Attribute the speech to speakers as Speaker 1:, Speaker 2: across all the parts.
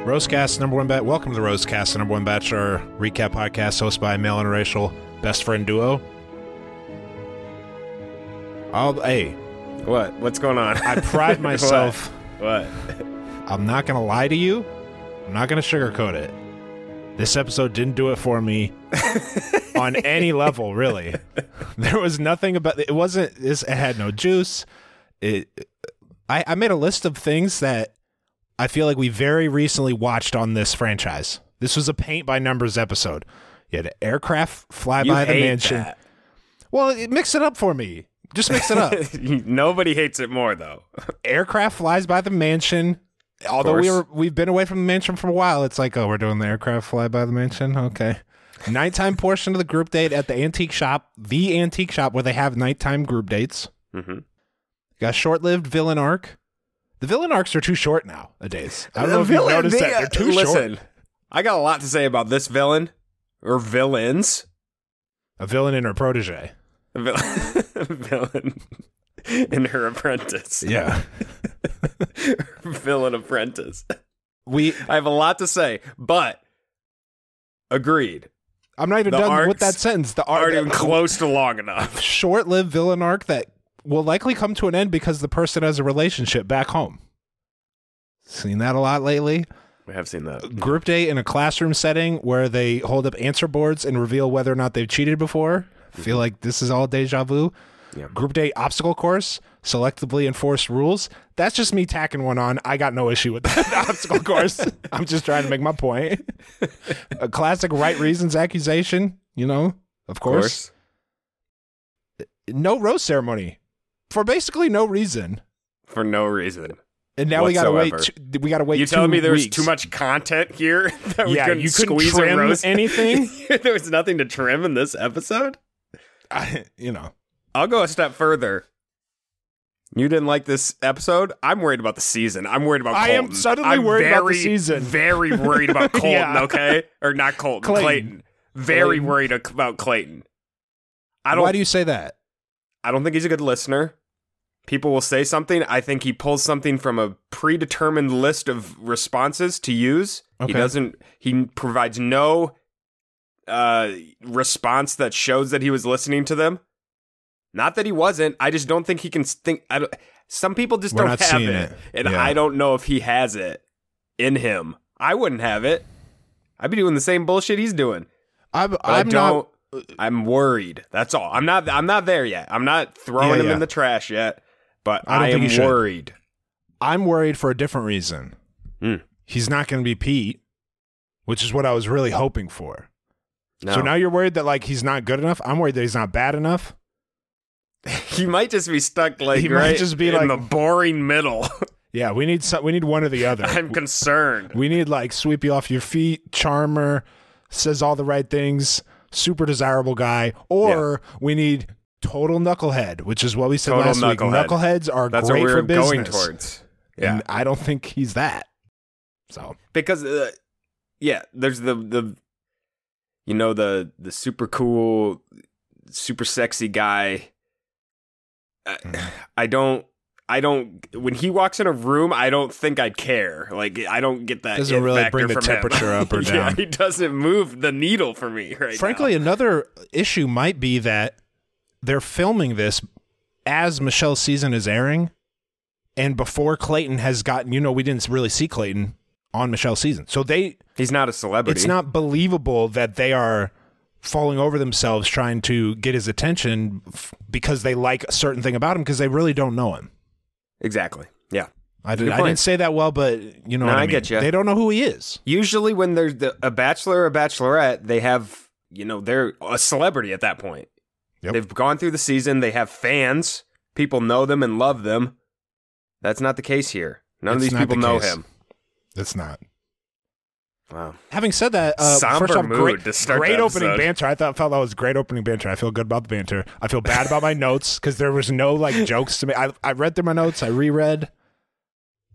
Speaker 1: Rosecast number one bet. Welcome to the Rosecast the number one bet, our recap podcast hosted by male and racial best friend duo. I'll, hey,
Speaker 2: What? What's going on?
Speaker 1: I pride myself.
Speaker 2: what?
Speaker 1: I'm not going to lie to you. I'm not going to sugarcoat it. This episode didn't do it for me on any level, really. There was nothing about it. Wasn't this? It had no juice. It. I, I made a list of things that I feel like we very recently watched on this franchise. This was a paint by numbers episode. You had aircraft fly
Speaker 2: You
Speaker 1: by the
Speaker 2: hate
Speaker 1: mansion.
Speaker 2: that.
Speaker 1: Well, it, mix it up for me. Just mix it up.
Speaker 2: Nobody hates it more though.
Speaker 1: aircraft flies by the mansion. Although we were
Speaker 2: course.
Speaker 1: we've been away from the mansion for a while, it's like, oh, we're doing the aircraft fly by the mansion. Okay. Nighttime portion of the group date at the antique shop, the antique shop where they have nighttime group dates.
Speaker 2: Mm-hmm.
Speaker 1: Got short lived villain arc. The villain arcs are too short nowadays. I don't know if you noticed that. They're too short.
Speaker 2: I got a lot to say about this villain or villains.
Speaker 1: A villain and her protege.
Speaker 2: Vil- villain and her apprentice.
Speaker 1: Yeah.
Speaker 2: villain apprentice.
Speaker 1: we
Speaker 2: I have a lot to say, but agreed.
Speaker 1: I'm not even
Speaker 2: The
Speaker 1: done with
Speaker 2: arcs
Speaker 1: that sentence. The
Speaker 2: Aren't
Speaker 1: arc
Speaker 2: even close to long enough.
Speaker 1: short lived villain arc that will likely come to an end because the person has a relationship back home. Seen that a lot lately.
Speaker 2: We have seen that.
Speaker 1: Group date in a classroom setting where they hold up answer boards and reveal whether or not they've cheated before. Feel like this is all deja vu.
Speaker 2: Mm-hmm. Yeah.
Speaker 1: Group date obstacle course, selectively enforced rules. That's just me tacking one on. I got no issue with that obstacle course. I'm just trying to make my point. a classic right reasons accusation, you know, of course no rose ceremony for basically no reason.
Speaker 2: For no reason.
Speaker 1: And now we gotta
Speaker 2: Whatsoever.
Speaker 1: wait. Two, we gotta wait.
Speaker 2: you telling
Speaker 1: two
Speaker 2: me there was
Speaker 1: weeks.
Speaker 2: too much content here that we
Speaker 1: Yeah,
Speaker 2: couldn't
Speaker 1: you couldn't
Speaker 2: squeeze
Speaker 1: trim
Speaker 2: a rose?
Speaker 1: anything?
Speaker 2: there was nothing to trim in this episode.
Speaker 1: I, you know,
Speaker 2: I'll go a step further. You didn't like this episode. I'm worried about the season. I'm worried about.
Speaker 1: I
Speaker 2: Colton.
Speaker 1: am suddenly
Speaker 2: I'm
Speaker 1: worried about the
Speaker 2: very,
Speaker 1: season.
Speaker 2: Very worried about Colton.
Speaker 1: Yeah.
Speaker 2: Okay, or not Colton.
Speaker 1: Clayton.
Speaker 2: Clayton. Very
Speaker 1: Clayton.
Speaker 2: worried ac- about Clayton. I don't.
Speaker 1: Why do you say that?
Speaker 2: I don't think he's a good listener. People will say something. I think he pulls something from a predetermined list of responses to use.
Speaker 1: Okay.
Speaker 2: He doesn't. He provides no uh, response that shows that he was listening to them. Not that he wasn't. I just don't think he can think. I don't, some people just
Speaker 1: We're
Speaker 2: don't
Speaker 1: not
Speaker 2: have
Speaker 1: seeing
Speaker 2: it,
Speaker 1: it.
Speaker 2: and
Speaker 1: Yeah.
Speaker 2: I don't know if he has it in him. I wouldn't have it. I'd be doing the same bullshit he's doing.
Speaker 1: I'm,
Speaker 2: But I'm
Speaker 1: I'm
Speaker 2: I do
Speaker 1: not.
Speaker 2: not I'm worried. That's all. I'm not. I'm not there yet. I'm not throwing
Speaker 1: Yeah,
Speaker 2: him
Speaker 1: yeah.
Speaker 2: in the trash yet. But
Speaker 1: I don't
Speaker 2: I,
Speaker 1: think
Speaker 2: am
Speaker 1: you should.
Speaker 2: worried.
Speaker 1: I'm worried for a different reason.
Speaker 2: Hmm.
Speaker 1: He's not going to be Pete, which is what I was really hoping for.
Speaker 2: No.
Speaker 1: So now you're worried that like he's not good enough. I'm worried that he's not bad enough.
Speaker 2: he might just be stuck. Like
Speaker 1: He might
Speaker 2: right
Speaker 1: just be
Speaker 2: in
Speaker 1: like-
Speaker 2: the boring middle.
Speaker 1: Yeah, we need some, we need one or the other.
Speaker 2: I'm concerned.
Speaker 1: We need like sweep you off your feet, charmer, says all the right things, super desirable guy, or we need total knucklehead, which is what we said
Speaker 2: Total
Speaker 1: last week.
Speaker 2: knucklehead.
Speaker 1: Knuckleheads are
Speaker 2: That's
Speaker 1: great
Speaker 2: what
Speaker 1: for
Speaker 2: we're
Speaker 1: business,
Speaker 2: going towards. Yeah,
Speaker 1: and I don't think he's that. So
Speaker 2: because uh, yeah, there's the the you know the the super
Speaker 1: Mm-hmm.
Speaker 2: cool, super sexy guy. I, I don't. I don't. When he walks in a room, I don't think I'd care. Like I don't get that.
Speaker 1: Doesn't
Speaker 2: it
Speaker 1: really
Speaker 2: factor
Speaker 1: bring the
Speaker 2: from him.
Speaker 1: temperature up or
Speaker 2: Yeah,
Speaker 1: down.
Speaker 2: he doesn't move the needle for me. Right. now.
Speaker 1: Frankly, another issue might be that they're filming this as Michelle's season is airing and before Clayton has gotten, you know, we didn't really see Clayton on Michelle's season. So they,
Speaker 2: he's not a celebrity.
Speaker 1: it's not believable that they are falling over themselves trying to get his attention f- because they like a certain thing about him because they really don't know him.
Speaker 2: exactly. Yeah.
Speaker 1: I,
Speaker 2: Good
Speaker 1: did, I
Speaker 2: point.
Speaker 1: didn't say that well, but you know
Speaker 2: No,
Speaker 1: what I,
Speaker 2: I
Speaker 1: mean.
Speaker 2: get ya.
Speaker 1: They don't know who he is.
Speaker 2: Usually, when there's the, a bachelor or a bachelorette, they have you know they're a celebrity at that point.
Speaker 1: Yep.
Speaker 2: They've gone through the season. They have fans. People know them and love them. That's not the case here. None of
Speaker 1: It's
Speaker 2: these
Speaker 1: not
Speaker 2: people
Speaker 1: the
Speaker 2: know
Speaker 1: case.
Speaker 2: him.
Speaker 1: That's not.
Speaker 2: Wow.
Speaker 1: Having said that, uh,
Speaker 2: Somber
Speaker 1: first off,
Speaker 2: mood
Speaker 1: great,
Speaker 2: to start
Speaker 1: great
Speaker 2: the
Speaker 1: opening
Speaker 2: episode.
Speaker 1: banter. I thought felt that was great opening banter. I feel good about the banter. I feel bad about my notes because there was no like jokes to me. I, I read through my notes. I reread.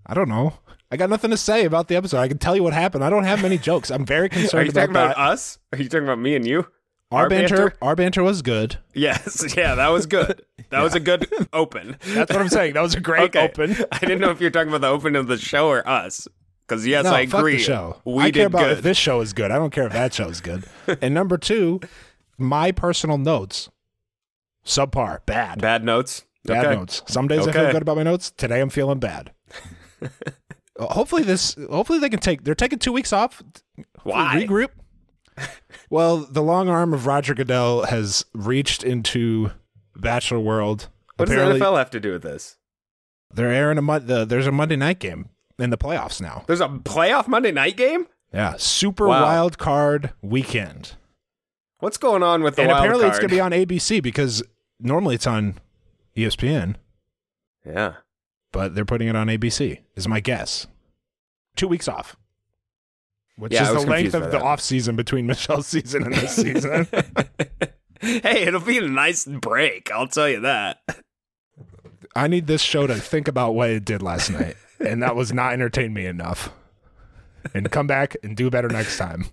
Speaker 1: I don't know. I got nothing to say about the episode. I can tell you what happened. I don't have many jokes. I'm very
Speaker 2: Are
Speaker 1: concerned
Speaker 2: you talking about uh,
Speaker 1: that.
Speaker 2: us? Are you talking about me and you?
Speaker 1: our banter, Our banter was good.
Speaker 2: Yes. Yeah, that was good. That was a good open.
Speaker 1: That's what I'm saying. That was a great
Speaker 2: Okay.
Speaker 1: open.
Speaker 2: I didn't know if you're talking about the open of the show or us. Because yes,
Speaker 1: no,
Speaker 2: I
Speaker 1: fuck
Speaker 2: agree.
Speaker 1: the show.
Speaker 2: We
Speaker 1: I
Speaker 2: did
Speaker 1: care about
Speaker 2: good.
Speaker 1: if this show is good. I don't care if that show is good. and number two, my personal notes, subpar, bad.
Speaker 2: Bad notes.
Speaker 1: Bad
Speaker 2: Okay.
Speaker 1: notes. Some days I
Speaker 2: Okay.
Speaker 1: feel good about my notes. Today I'm feeling bad. Uh, hopefully this. Hopefully they can take. They're taking two weeks off.
Speaker 2: Why?
Speaker 1: regroup? well, the long arm of Roger Goodell has reached into Bachelor World.
Speaker 2: What does
Speaker 1: Apparently,
Speaker 2: the NFL have to do with this?
Speaker 1: they're airing a mon- the, There's a Monday night game in the playoffs now.
Speaker 2: There's a playoff Monday night game?
Speaker 1: Yeah, super
Speaker 2: Wow.
Speaker 1: wild card weekend.
Speaker 2: What's going on with the
Speaker 1: and
Speaker 2: wild
Speaker 1: apparently it's
Speaker 2: card?
Speaker 1: going to be on ABC because normally it's on E ESPN,
Speaker 2: Yeah.
Speaker 1: but they're putting it on ABC. Is my guess. Two weeks off, which
Speaker 2: Yeah,
Speaker 1: is
Speaker 2: I
Speaker 1: the
Speaker 2: was
Speaker 1: length
Speaker 2: confused
Speaker 1: of
Speaker 2: by
Speaker 1: the
Speaker 2: that.
Speaker 1: off season between Michelle's season and this season.
Speaker 2: hey, it'll be a nice break. I'll tell you that.
Speaker 1: I need this show to think about what it did last night, and that was not entertain me enough. And come back and do better next time.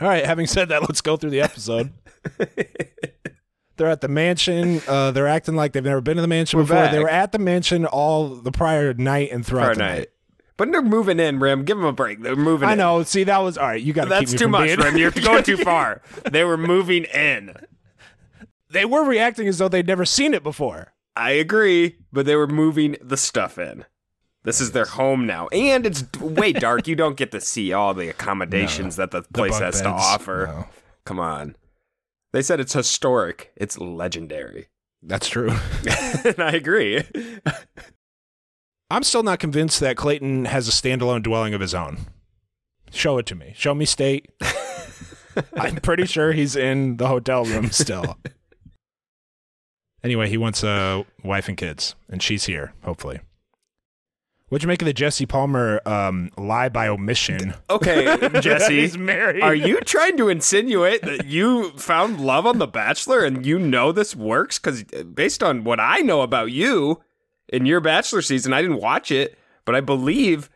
Speaker 1: All right. Having said that, let's go through the episode. They're at the mansion. Uh, they're acting like they've never been to the mansion before. They
Speaker 2: back.
Speaker 1: were at the mansion all the prior night and throughout
Speaker 2: Friday
Speaker 1: the night.
Speaker 2: night. But they're moving in, Rim. Give them a break. They're moving
Speaker 1: I
Speaker 2: in.
Speaker 1: know. See, that was all right. You got to keep
Speaker 2: That's
Speaker 1: me
Speaker 2: too
Speaker 1: from
Speaker 2: much,
Speaker 1: being-
Speaker 2: Rim. You're going too far. They were moving in.
Speaker 1: they were reacting as though they'd never seen it before.
Speaker 2: I agree, but they were moving the stuff in. This is their home now. And it's way dark. You don't get to see all the accommodations that the
Speaker 1: The
Speaker 2: place
Speaker 1: bunk
Speaker 2: has to
Speaker 1: beds,
Speaker 2: offer.
Speaker 1: no.
Speaker 2: Come on. They said it's historic, it's legendary.
Speaker 1: that's true.
Speaker 2: and I agree.
Speaker 1: I'm still not convinced that Clayton has a standalone dwelling of his own. Show it to me. Show me state. I'm pretty sure he's in the hotel room still. anyway, he wants a wife and kids, and she's here, hopefully. What'd you make of the Jesse Palmer um, lie by omission?
Speaker 2: Okay,
Speaker 1: that
Speaker 2: Jesse.
Speaker 1: he's married.
Speaker 2: Are you trying to insinuate that you found love on The Bachelor and you know this works? Because based on what I know about you in your Bachelor season, I didn't watch it, but I believe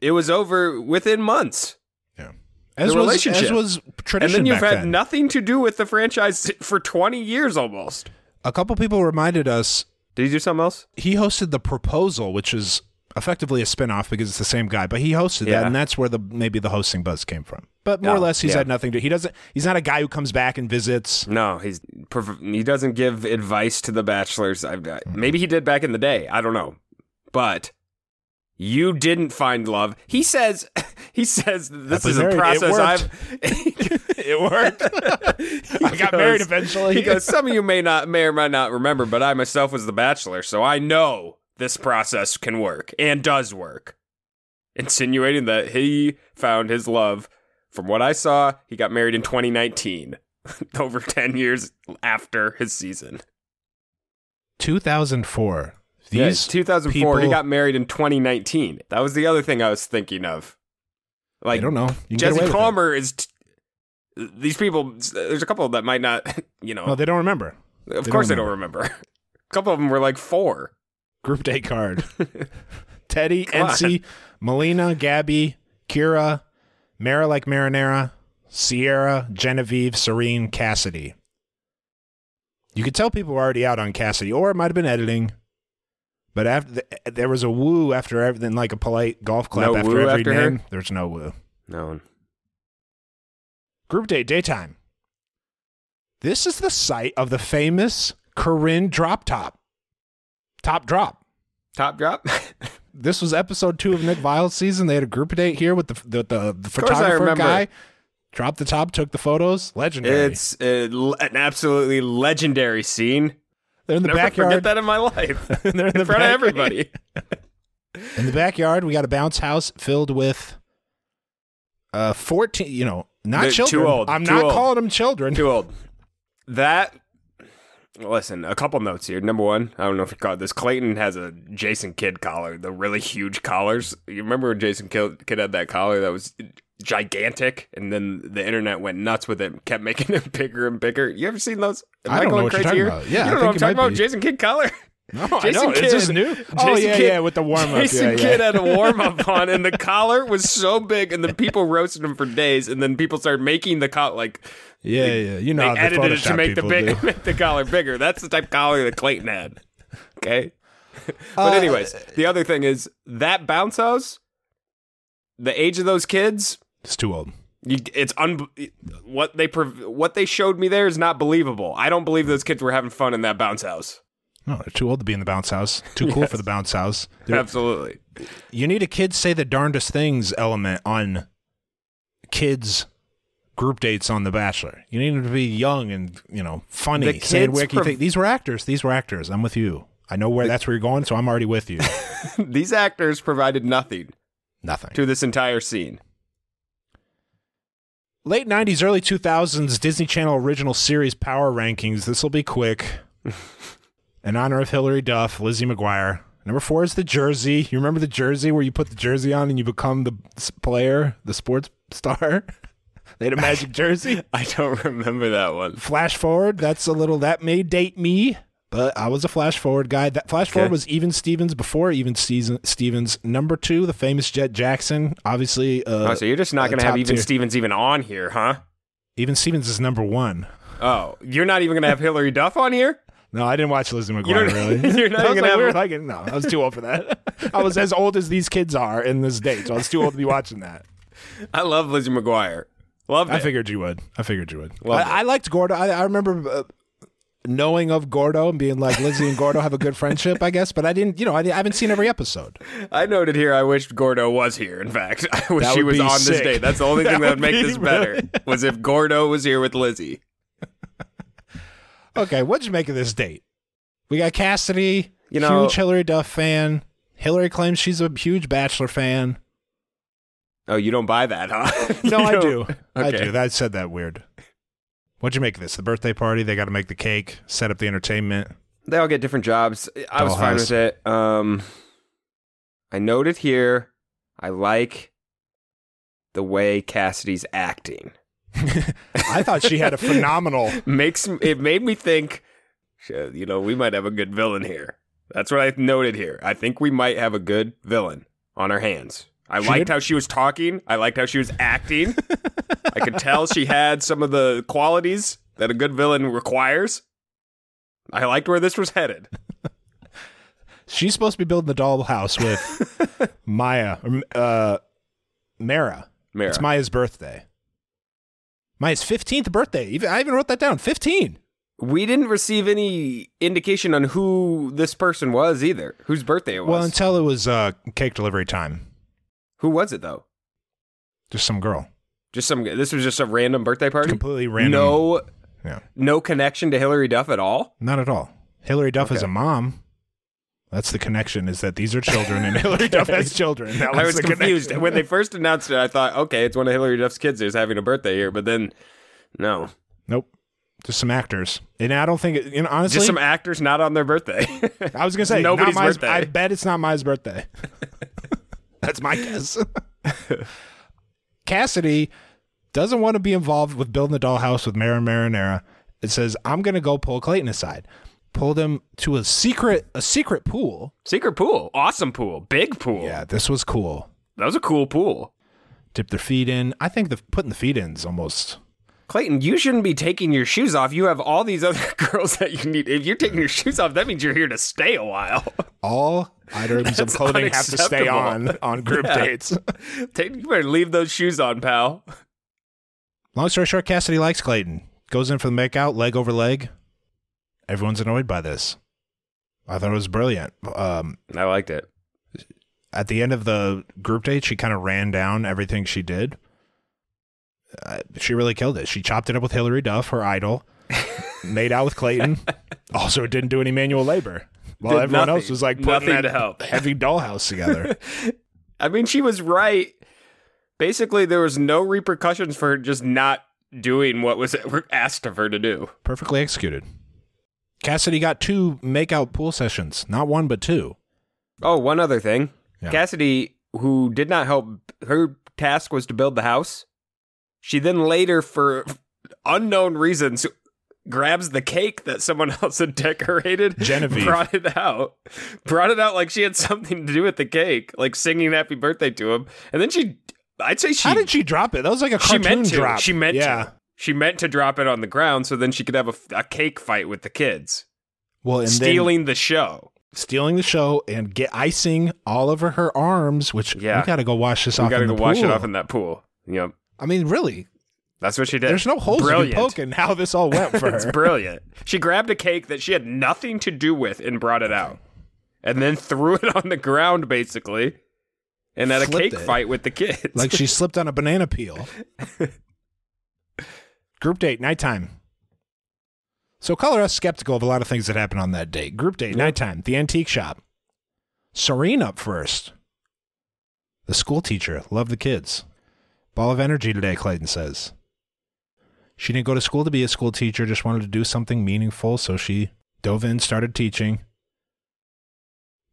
Speaker 2: it was over within months.
Speaker 1: Yeah. As
Speaker 2: The
Speaker 1: was,
Speaker 2: relationship.
Speaker 1: As was
Speaker 2: And
Speaker 1: tradition
Speaker 2: then you've
Speaker 1: back
Speaker 2: had
Speaker 1: then.
Speaker 2: nothing to do with the franchise for 20 years almost.
Speaker 1: a couple people reminded us
Speaker 2: Did you do something else?
Speaker 1: he hosted the proposal, which is effectively a spinoff because it's the same guy, but he hosted
Speaker 2: Yeah.
Speaker 1: that, and that's where the maybe the hosting buzz came from. But more or
Speaker 2: Oh,
Speaker 1: less, he's
Speaker 2: yeah.
Speaker 1: had nothing to. He doesn't. He's not a guy who comes back and visits.
Speaker 2: No, he's perf- he doesn't give advice to the bachelors. I've got, maybe he did back in the day. I don't know, but you didn't find love. He says he says this
Speaker 1: Happily
Speaker 2: is a
Speaker 1: married, it
Speaker 2: process
Speaker 1: worked.
Speaker 2: I've.
Speaker 1: it worked. I got
Speaker 2: goes-
Speaker 1: married eventually.
Speaker 2: He goes. Some of you may not may or may not remember, but I myself was the bachelor, so I know this process can work and does work. Insinuating that he found his love. From what I saw, he got married in 2019, over 10 years after his season.
Speaker 1: 2004. These
Speaker 2: Yes, 2004.
Speaker 1: people,
Speaker 2: he got married in 2019. That was the other thing I was thinking of. Like
Speaker 1: I don't know. You can get away
Speaker 2: Jesse
Speaker 1: with it.
Speaker 2: Palmer is. T- these people, there's a couple that might not, you know.
Speaker 1: No, they don't remember.
Speaker 2: of
Speaker 1: they
Speaker 2: course,
Speaker 1: don't
Speaker 2: they don't remember. a couple of them were like four.
Speaker 1: Group date card. Teddy,
Speaker 2: Come on.
Speaker 1: Ency, Melina, Gabby, Kira, Mara like Marinara, Sierra, Genevieve, Serene, Cassidy. You could tell people were already out on Cassidy, or it might have been editing. But after the, there was a woo after everything, like a polite golf clap
Speaker 2: No
Speaker 1: after
Speaker 2: woo
Speaker 1: every
Speaker 2: after her?
Speaker 1: name. There's no woo.
Speaker 2: No.
Speaker 1: Group date, daytime. This is the site of the famous Corinne drop top. Top drop.
Speaker 2: Top drop? of
Speaker 1: This was episode two of Nick Vile's season. They had a group date here with the the, the, the
Speaker 2: course I
Speaker 1: photographer
Speaker 2: remember.
Speaker 1: guy. Dropped the top, took the photos. Legendary.
Speaker 2: it's a, an absolutely legendary scene.
Speaker 1: They're in the
Speaker 2: Never
Speaker 1: backyard.
Speaker 2: forget that in my life.
Speaker 1: They're in,
Speaker 2: in
Speaker 1: the
Speaker 2: front
Speaker 1: back-
Speaker 2: of everybody.
Speaker 1: In the backyard, we got a bounce house filled with uh fourteen. You know, not
Speaker 2: They're too
Speaker 1: children.
Speaker 2: old,
Speaker 1: I'm
Speaker 2: too
Speaker 1: not
Speaker 2: old.
Speaker 1: calling them children.
Speaker 2: Too old. That. Listen, a couple notes here. Number one, I don't know if you caught this. Clayton has a Jason Kidd collar, the really huge collars. You remember when Jason Kidd Kidd had that collar that was gigantic, and then the internet went nuts with it, and kept making it bigger and bigger. You ever seen those?
Speaker 1: I don't
Speaker 2: Michael
Speaker 1: know
Speaker 2: and
Speaker 1: what you're
Speaker 2: Crazy
Speaker 1: talking
Speaker 2: Ear?
Speaker 1: about. Yeah,
Speaker 2: you
Speaker 1: I
Speaker 2: don't know
Speaker 1: think
Speaker 2: what I'm
Speaker 1: it
Speaker 2: talking
Speaker 1: might
Speaker 2: about.
Speaker 1: be.
Speaker 2: Jason Kidd collar.
Speaker 1: No, I
Speaker 2: Jason
Speaker 1: know. Is this
Speaker 2: Kidd.
Speaker 1: new? oh
Speaker 2: Jason
Speaker 1: yeah,
Speaker 2: Kidd-
Speaker 1: yeah, with the warm up.
Speaker 2: Jason
Speaker 1: yeah,
Speaker 2: Kidd
Speaker 1: yeah.
Speaker 2: had a warm up on, and the collar was so big, and then people roasted him for days, and then people started making the collar like
Speaker 1: yeah, yeah. You know,
Speaker 2: they
Speaker 1: how the
Speaker 2: edited it
Speaker 1: Photoshop
Speaker 2: to make the
Speaker 1: people
Speaker 2: big,
Speaker 1: do.
Speaker 2: make the collar bigger. That's the type of collar that Clayton had. Okay, but anyways, the other thing is that bounce house. The age of those kids,
Speaker 1: It's too old.
Speaker 2: you, it's un. What they prov- what they showed me there is not believable. I don't believe those kids were having fun in that bounce house.
Speaker 1: No, they're too old to be in the bounce house. Too cool for the bounce house. They're-
Speaker 2: Absolutely,
Speaker 1: You need a kids say the darndest things element on kids group dates on The Bachelor. You need them to be young and you know funny,
Speaker 2: The
Speaker 1: saying
Speaker 2: kids
Speaker 1: wacky
Speaker 2: prov-
Speaker 1: things. These were actors. These were actors. I'm with you. I know where that's where you're going, so I'm already with you.
Speaker 2: these actors provided nothing
Speaker 1: Nothing.
Speaker 2: to this entire scene.
Speaker 1: Late '90s, early 2000s Disney Channel original series power rankings. This will be quick. In honor of Hillary Duff, Lizzie McGuire. Number four is the jersey. You remember the jersey where you put the jersey on and you become the s- player, the sports star. they had a magic jersey.
Speaker 2: I don't remember that one.
Speaker 1: flash forward that's a little that may date me but i was a flash forward guy that flash forward
Speaker 2: Okay.
Speaker 1: was even stevens before even season stevens number two the famous jet jackson obviously uh,
Speaker 2: Oh, so you're just not
Speaker 1: uh,
Speaker 2: going to have
Speaker 1: top
Speaker 2: even
Speaker 1: tier.
Speaker 2: Stevens even on here, huh?
Speaker 1: even stevens is number one
Speaker 2: Oh, you're not even going to have Hillary Duff on here?
Speaker 1: no i didn't watch lizzie mcguire
Speaker 2: don't-
Speaker 1: really
Speaker 2: you're not
Speaker 1: I was
Speaker 2: even
Speaker 1: like,
Speaker 2: gonna
Speaker 1: we were
Speaker 2: have-
Speaker 1: like, no i was too old for that i was as old as these kids are in this date so i was too old to be watching that
Speaker 2: I love Lizzie McGuire. Love
Speaker 1: I
Speaker 2: it.
Speaker 1: figured you would. I figured you would.
Speaker 2: Love
Speaker 1: I, I liked Gordo. I, I remember uh, knowing of Gordo and being like, Lizzie and Gordo have a good friendship, I guess. But I didn't, you know, I, di- I haven't seen every episode.
Speaker 2: I noted here. I wished Gordo was here. In fact, I wish
Speaker 1: That
Speaker 2: she
Speaker 1: would
Speaker 2: was
Speaker 1: be
Speaker 2: on this
Speaker 1: sick.
Speaker 2: date. That's the only thing
Speaker 1: That
Speaker 2: that
Speaker 1: would
Speaker 2: would make
Speaker 1: be
Speaker 2: this better
Speaker 1: really-
Speaker 2: was if Gordo was here with Lizzie.
Speaker 1: Okay, what'd you make of this date? We got Cassidy,
Speaker 2: You know-
Speaker 1: huge Hillary Duff fan. Hillary claims she's a huge Bachelor fan.
Speaker 2: Oh, you don't buy that, huh? You
Speaker 1: No, I
Speaker 2: don't-
Speaker 1: do. I
Speaker 2: Okay.
Speaker 1: do. That I said that weird. What'd you make of this? The birthday party? They got to make the cake, set up the entertainment.
Speaker 2: They all get different jobs. I was fine
Speaker 1: Dollhouse.
Speaker 2: with it. Um, I noted here. I like the way Cassidy's acting.
Speaker 1: I thought she had a phenomenal.
Speaker 2: makes it made me think "Shit, you know we might have a good villain here that's what i noted here i think we might have a good villain on our hands i
Speaker 1: She
Speaker 2: liked
Speaker 1: did-
Speaker 2: how she was talking i liked how she was acting i could tell she had some of the qualities that a good villain requires i liked where this was headed
Speaker 1: She's supposed to be building the dollhouse with Maya, or, uh, Mara.
Speaker 2: Mara.
Speaker 1: It's Maya's birthday. Maya's 15th birthday. Even I even wrote that down. 15.
Speaker 2: we didn't receive any indication on who this person was either whose birthday it was
Speaker 1: Well, until it was uh, cake delivery time.
Speaker 2: who was it though
Speaker 1: Just some girl.
Speaker 2: just some this was just a random birthday party
Speaker 1: Completely random.
Speaker 2: no
Speaker 1: Yeah.
Speaker 2: no connection to hillary duff at all
Speaker 1: Not at all. Hillary Duff is
Speaker 2: Okay.
Speaker 1: a mom. That's the connection is that these are children and Hillary Duff has children. That was
Speaker 2: I was
Speaker 1: the
Speaker 2: confused
Speaker 1: connection.
Speaker 2: when they first announced it. I thought, okay, it's one of Hillary Duff's kids who's having a birthday here, but then no,
Speaker 1: Nope. Just some actors. And I don't think it, you know, honestly
Speaker 2: just some actors not on their birthday.
Speaker 1: I was gonna say
Speaker 2: nobody's
Speaker 1: not Maya's-
Speaker 2: birthday.
Speaker 1: I bet it's not Maya's birthday. That's my guess. Cassidy doesn't want to be involved with building the dollhouse with Mara Marinara. It says I'm gonna go pull Clayton aside, pull them to a secret a secret pool.
Speaker 2: Secret pool, awesome pool, big pool.
Speaker 1: Yeah, this was cool.
Speaker 2: that was a cool pool.
Speaker 1: Dip their feet in. I think the putting the feet in is almost
Speaker 2: Clayton, you shouldn't be taking your shoes off. You have all these other girls that you need. If you're taking your shoes off, that means you're here to stay a while.
Speaker 1: All items of
Speaker 2: That's
Speaker 1: clothing have to stay
Speaker 2: unacceptable.
Speaker 1: on on group
Speaker 2: Yeah.
Speaker 1: dates.
Speaker 2: Take, you better leave those shoes on, pal.
Speaker 1: Long story short, Cassidy likes Clayton. Goes in for the makeout, leg over leg. Everyone's annoyed by this. I thought it was brilliant. Um,
Speaker 2: I liked it.
Speaker 1: at the end of the group date, she kind of ran down everything she did. Uh, she really killed it. She chopped it up with Hillary Duff, her idol. made out with Clayton. Also, didn't do any manual labor. While
Speaker 2: Did
Speaker 1: everyone
Speaker 2: nothing.
Speaker 1: else was like putting
Speaker 2: Nothing
Speaker 1: that
Speaker 2: to help.
Speaker 1: heavy dollhouse together.
Speaker 2: I mean, she was right. Basically, there was no repercussions for her just not doing what was asked of her to do.
Speaker 1: perfectly executed. Cassidy got two makeout pool sessions, not one but two.
Speaker 2: Oh, one other thing.
Speaker 1: Yeah.
Speaker 2: Cassidy, who did not help, her task was to build the house. She then later, for unknown reasons, grabs the cake that someone else had decorated,
Speaker 1: Genevieve.
Speaker 2: brought it out, brought it out like she had something to do with the cake, like singing happy birthday to him. And then she, I'd say she
Speaker 1: How did she drop it? That was like a
Speaker 2: she
Speaker 1: cartoon
Speaker 2: meant to.
Speaker 1: drop.
Speaker 2: She meant
Speaker 1: yeah.
Speaker 2: to. She meant to drop it on the ground so then she could have a, f- a cake fight with the kids,
Speaker 1: Well, and stealing
Speaker 2: stealing the show.
Speaker 1: stealing the show and get icing all over her arms, which
Speaker 2: Yeah.
Speaker 1: we gotta go wash this
Speaker 2: We
Speaker 1: off.
Speaker 2: gotta
Speaker 1: in
Speaker 2: go
Speaker 1: the
Speaker 2: wash it
Speaker 1: pool.
Speaker 2: off in that pool. Yep,
Speaker 1: I mean, really,
Speaker 2: that's what she did.
Speaker 1: there's no holes
Speaker 2: Brilliant.
Speaker 1: you can poke in how this all went for
Speaker 2: It's
Speaker 1: her.
Speaker 2: brilliant. She grabbed a cake that she had nothing to do with and brought it out, and then threw it on the ground basically, and had a
Speaker 1: Flipped
Speaker 2: cake
Speaker 1: it.
Speaker 2: fight with the kids.
Speaker 1: like she slipped on a banana peel. Group date, nighttime. So color us skeptical of a lot of things that happened on that date. Group date, nighttime, the antique shop. Serene up first. The school teacher, love the kids. Ball of energy today, Clayton says. She didn't go to school to be a school teacher, just wanted to do something meaningful, so she dove in, started teaching.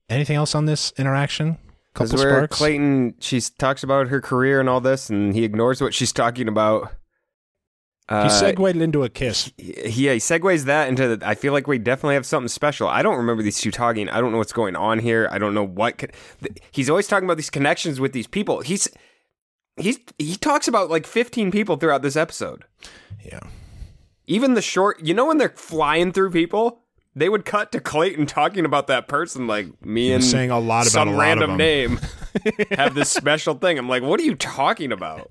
Speaker 1: Anything else on this interaction?
Speaker 2: This
Speaker 1: Couple
Speaker 2: is where
Speaker 1: sparks.
Speaker 2: Clayton she talks about her career and all this, and he ignores what she's talking about.
Speaker 1: he
Speaker 2: Uh,
Speaker 1: segued into a kiss.
Speaker 2: yeah, he segues that into the, I feel like we definitely have something special. I don't remember these two talking. I don't know what's going on here. I don't know what con- th- he's always talking about these connections with these people. He's he's he talks about like 15 people throughout this episode.
Speaker 1: Yeah.
Speaker 2: Even the short, you know when they're flying through people, they would cut to Clayton talking about that person like me and
Speaker 1: saying a lot about
Speaker 2: some
Speaker 1: a lot of
Speaker 2: random
Speaker 1: them.
Speaker 2: name have this special thing. I'm like, "What are you talking about?"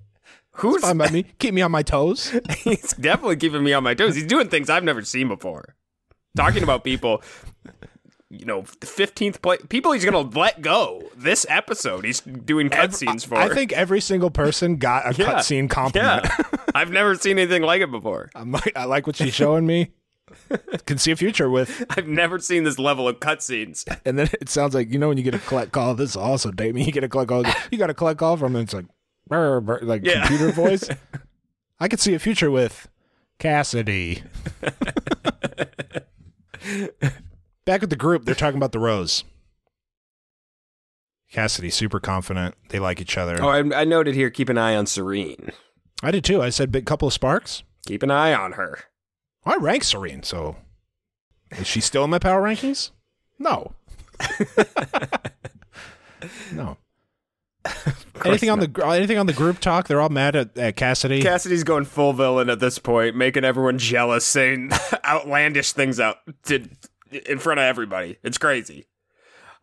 Speaker 2: Who's
Speaker 1: Fine by me. Keep me on my toes.
Speaker 2: he's definitely keeping me on my toes. He's doing things I've never seen before. Talking about people, you know, fifteenth place people he's gonna let go this episode. He's doing cutscenes for.
Speaker 1: I think every single person got a
Speaker 2: Yeah.
Speaker 1: cutscene compliment.
Speaker 2: Yeah, I've never seen anything like it before.
Speaker 1: I'm like, I like what she's showing me. Can see a future with.
Speaker 2: I've never seen this level of cutscenes.
Speaker 1: And then it sounds like you know when you get a collect call. This is also date me. You get a collect call. You got a collect call from him. It's like, brr, brr, like
Speaker 2: Yeah.
Speaker 1: computer voice. I could see a future with Cassidy. Back with the group, they're talking about the rose. Cassidy, super confident. They like each other.
Speaker 2: Oh, I, I noted here. Keep an eye on Serene.
Speaker 1: I did too. I said big couple of sparks.
Speaker 2: Keep an eye on her.
Speaker 1: I rank Serene, so is she still in my power rankings? No. no. Anything on the gr- anything on the group talk? They're all mad at, at Cassidy.
Speaker 2: Cassidy's going full villain at this point, making everyone jealous, saying outlandish things out to, in front of everybody. It's crazy.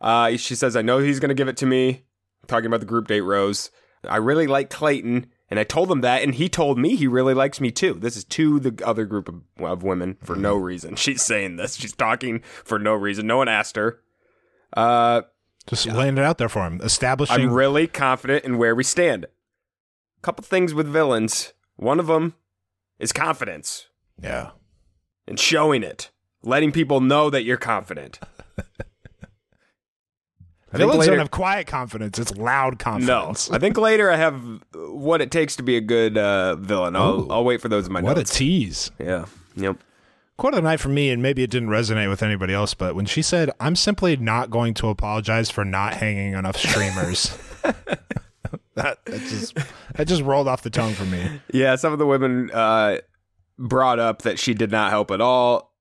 Speaker 2: Uh, she says, "I know he's going to give it to me." Talking about the group date, Rose. I really like Clayton, and I told him that, and he told me he really likes me too. This is to the other group of, of women for no reason. She's saying this. She's talking for no reason. No one asked her. Uh,
Speaker 1: Just laying it out there for him, establishing.
Speaker 2: I'm really confident in where we stand. Couple things with villains. One of them is confidence
Speaker 1: yeah,
Speaker 2: and showing it, letting people know that you're confident. I think
Speaker 1: villains
Speaker 2: later-
Speaker 1: don't have quiet confidence. It's loud
Speaker 2: No,
Speaker 1: confidence.
Speaker 2: I think later I have what it takes to be a good uh, villain. I'll,
Speaker 1: Ooh.
Speaker 2: I'll wait for those in my
Speaker 1: what a
Speaker 2: notes.
Speaker 1: tease.
Speaker 2: yeah. Yep.
Speaker 1: Quote of the night for me, and maybe it didn't resonate with anybody else, but when she said, "I'm simply not going to apologize for not hanging enough streamers," that, that just that just rolled off the tongue for me.
Speaker 2: Yeah. Some of the women uh, brought up that she did not help at all.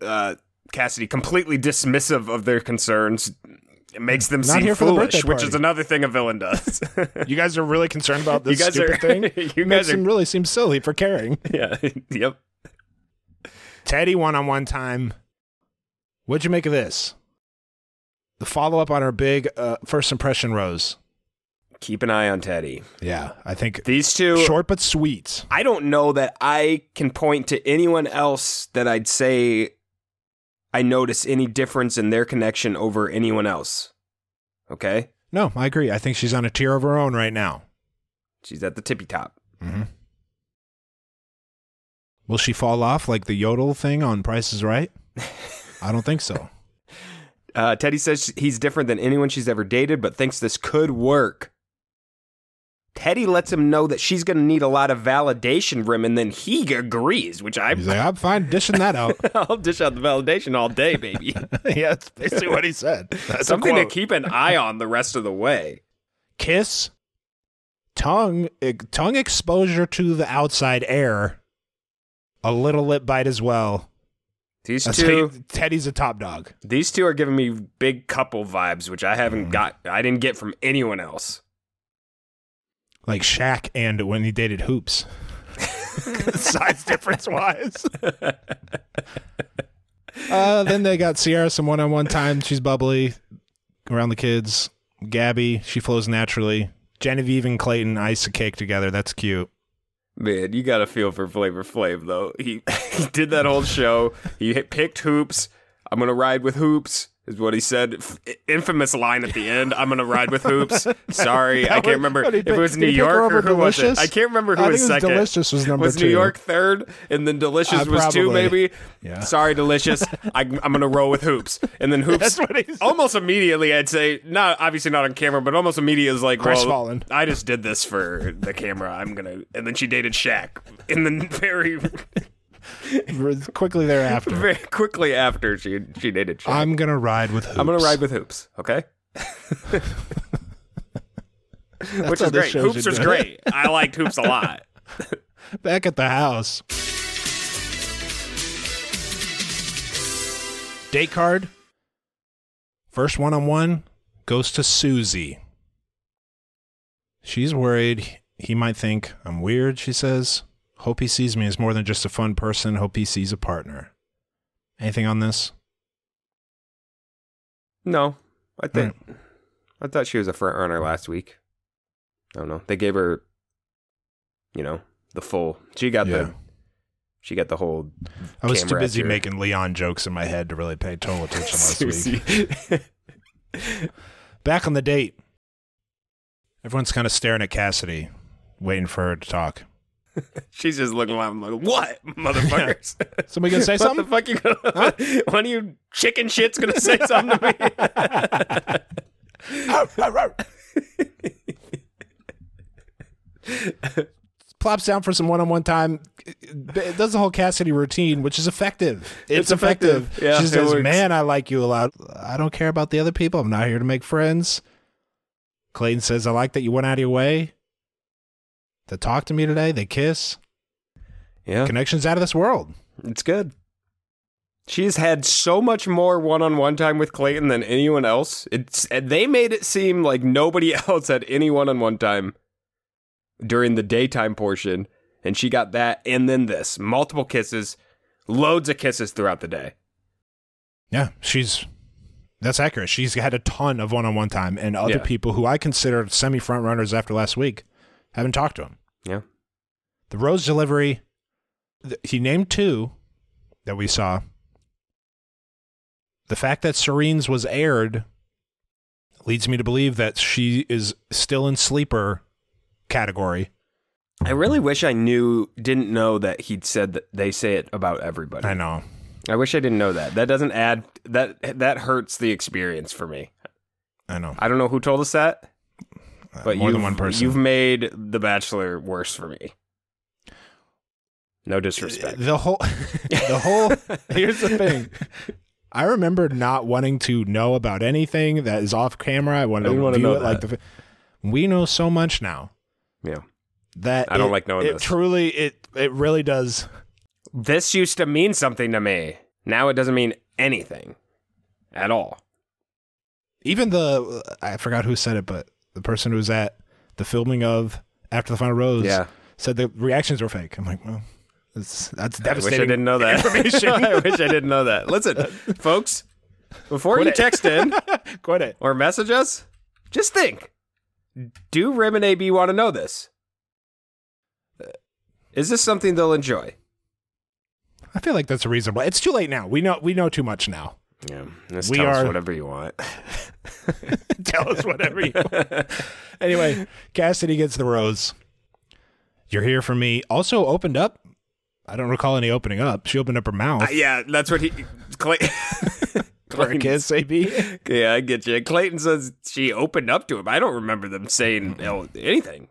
Speaker 2: Uh, Cassidy completely dismissive of their concerns. It makes them
Speaker 1: Not
Speaker 2: seem
Speaker 1: here for the
Speaker 2: foolish,
Speaker 1: birthday
Speaker 2: which is
Speaker 1: party.
Speaker 2: another thing a villain does.
Speaker 1: You guys are really concerned about
Speaker 2: you
Speaker 1: this
Speaker 2: guys
Speaker 1: stupid
Speaker 2: are
Speaker 1: thing.
Speaker 2: you
Speaker 1: Makes
Speaker 2: guys are
Speaker 1: him really seem silly for caring.
Speaker 2: yeah, yep.
Speaker 1: Teddy won on one time. What'd you make of this? The follow up on her big uh, first impression rose.
Speaker 2: Keep an eye on Teddy.
Speaker 1: Yeah, I think
Speaker 2: These two
Speaker 1: short but sweet.
Speaker 2: I don't know that I can point to anyone else that I'd say I notice any difference in their connection over anyone else. Okay?
Speaker 1: No, I agree. I think she's on a tier of her own right now.
Speaker 2: She's at the tippy top.
Speaker 1: Will she fall off like the yodel thing on Price is Right? I don't think so.
Speaker 2: Uh, Teddy says he's different than anyone she's ever dated, but thinks this could work. Teddy lets him know that she's going to need a lot of validation from him, and then he agrees, which I,
Speaker 1: He's like, I'm fine dishing that out.
Speaker 2: I'll dish out the validation all day, baby.
Speaker 1: yeah, that's basically what he said. That's a
Speaker 2: Something to
Speaker 1: quote.
Speaker 2: keep an eye on the rest of the way.
Speaker 1: kiss, tongue, e- tongue exposure to the outside air, a little lip bite as well.
Speaker 2: These
Speaker 1: That's
Speaker 2: two,
Speaker 1: like- Teddy's a top dog.
Speaker 2: These two are giving me big couple vibes, which I haven't got. I didn't get from anyone else.
Speaker 1: Like Shaq and when he dated Hoops. Size difference wise. uh, then they got Sierra some one on one time. She's bubbly around the kids. Gabby, she flows naturally. Genevieve and Clayton ice a cake together. That's cute.
Speaker 2: Man, you got to feel for Flavor Flav though. He he did that whole show. He hit, picked hoops. I'm gonna ride with hoops. Is what he said. F- infamous line at the end. I'm gonna ride with hoops. Sorry, I
Speaker 1: That
Speaker 2: can't
Speaker 1: was-
Speaker 2: remember
Speaker 1: what did he
Speaker 2: if it
Speaker 1: pick-
Speaker 2: was
Speaker 1: did he
Speaker 2: New
Speaker 1: pick her
Speaker 2: York
Speaker 1: over
Speaker 2: or who was it.
Speaker 1: Delicious?
Speaker 2: I can't remember who
Speaker 1: I think
Speaker 2: was
Speaker 1: it was
Speaker 2: second.
Speaker 1: Delicious was number
Speaker 2: New
Speaker 1: two.
Speaker 2: York third, and then Delicious
Speaker 1: Uh,
Speaker 2: was two,
Speaker 1: probably.
Speaker 2: maybe.
Speaker 1: Yeah.
Speaker 2: Sorry, Delicious. I, I'm gonna roll with hoops, and then hoops.
Speaker 1: That's what he said.
Speaker 2: almost immediately I'd say not obviously not on camera, but almost immediately is like well,
Speaker 1: Crestfallen.
Speaker 2: I just did this for the camera. I'm gonna and then she dated Shaq in the very
Speaker 1: Quickly thereafter.
Speaker 2: very quickly after she she dated Shaq.
Speaker 1: I'm gonna ride with hoops.
Speaker 2: I'm gonna ride with hoops, okay? Which
Speaker 1: how
Speaker 2: is
Speaker 1: this
Speaker 2: great.
Speaker 1: show
Speaker 2: Hoops
Speaker 1: should
Speaker 2: was
Speaker 1: do it.
Speaker 2: great. I liked hoops a lot.
Speaker 1: back at the house. Date card. First one on one goes to Susie. She's worried. He might think I'm weird, she says. Hope he sees me as more than just a fun person. Hope he sees a partner. Anything on this?
Speaker 2: No, I
Speaker 1: Hmm.
Speaker 2: think I thought she was a front runner last week. I don't know. They gave her, you know, the full. She got
Speaker 1: Yeah.
Speaker 2: the she got the whole.
Speaker 1: I was too
Speaker 2: camera at
Speaker 1: busy
Speaker 2: your-
Speaker 1: making Leon jokes in my head to really pay total attention last week. Back on the date. Everyone's kind of staring at Cassidy, waiting for her to talk.
Speaker 2: She's just looking around like, "What, motherfuckers?
Speaker 1: Somebody gonna say
Speaker 2: what
Speaker 1: something?
Speaker 2: the fuck you gonna? One of you chicken shits gonna say something to me?"
Speaker 1: Plops down for some one-on-one time. It- It does the whole Cassidy routine, which is effective. It's,
Speaker 2: It's effective. Yeah,
Speaker 1: she
Speaker 2: it
Speaker 1: says,
Speaker 2: works.
Speaker 1: "Man, I like you a lot. I don't care about the other people. I'm not here to make friends." Clayton says, "I like that you went out of your way to talk to me today." They kiss.
Speaker 2: yeah,
Speaker 1: Connections out of this world.
Speaker 2: it's good. She's had so much more one-on-one time with Clayton than anyone else. It's and they made it seem like nobody else had any one-on-one time during the daytime portion, and she got that, and then this multiple kisses, loads of kisses throughout the day.
Speaker 1: Yeah, she's that's accurate. She's had a ton of one-on-one time, and other
Speaker 2: Yeah.
Speaker 1: people who I consider semi-front runners after last week haven't talked to him.
Speaker 2: Yeah,
Speaker 1: The rose delivery, th- he named two that we saw. The fact that Serene's was aired leads me to believe that she is still in sleeper category.
Speaker 2: I really wish I knew, didn't know that he'd said that they say it about everybody.
Speaker 1: I
Speaker 2: I,
Speaker 1: know.
Speaker 2: wish I didn't know that. That doesn't add that that hurts the experience for me.
Speaker 1: I know.
Speaker 2: I don't know who told us that,
Speaker 1: Uh,
Speaker 2: but
Speaker 1: More than
Speaker 2: you've-
Speaker 1: one person.
Speaker 2: You've made The Bachelor worse for me. No disrespect.
Speaker 1: The whole, the whole. here's the thing. I remember not wanting to know about anything that is off camera. I wanted
Speaker 2: I didn't
Speaker 1: to
Speaker 2: wanna
Speaker 1: view
Speaker 2: know
Speaker 1: it like the. We know so much now
Speaker 2: yeah.
Speaker 1: that
Speaker 2: I don't
Speaker 1: it-
Speaker 2: like knowing
Speaker 1: it
Speaker 2: this.
Speaker 1: Truly, it it really does.
Speaker 2: This used to mean something to me. Now it doesn't mean anything at all.
Speaker 1: even the I forgot who said it, but the person who was at the filming of After the Final Rose
Speaker 2: Yeah.
Speaker 1: said the reactions were fake. I'm like, well, that's that's
Speaker 2: I wish I
Speaker 1: devastating.
Speaker 2: didn't know that. I wish I didn't know that. Listen, folks, before you
Speaker 1: it.
Speaker 2: text in
Speaker 1: Quit it.
Speaker 2: or message us, just think: Do Rim and AB want to know this? Uh, Is this something they'll enjoy?
Speaker 1: I feel like that's reasonable. It's too late now. We know we know too much now.
Speaker 2: Yeah, just
Speaker 1: We
Speaker 2: tell us
Speaker 1: are-
Speaker 2: whatever you want.
Speaker 1: Tell us whatever you want. Anyway, Cassidy gets the rose. You're here for me. Also opened up. I don't recall any opening up. She opened up her mouth
Speaker 2: Uh, yeah, that's what he. Clay-
Speaker 1: for a kiss, AB.
Speaker 2: Yeah, I get you. Clayton says she opened up to him. I don't remember them saying you know, anything.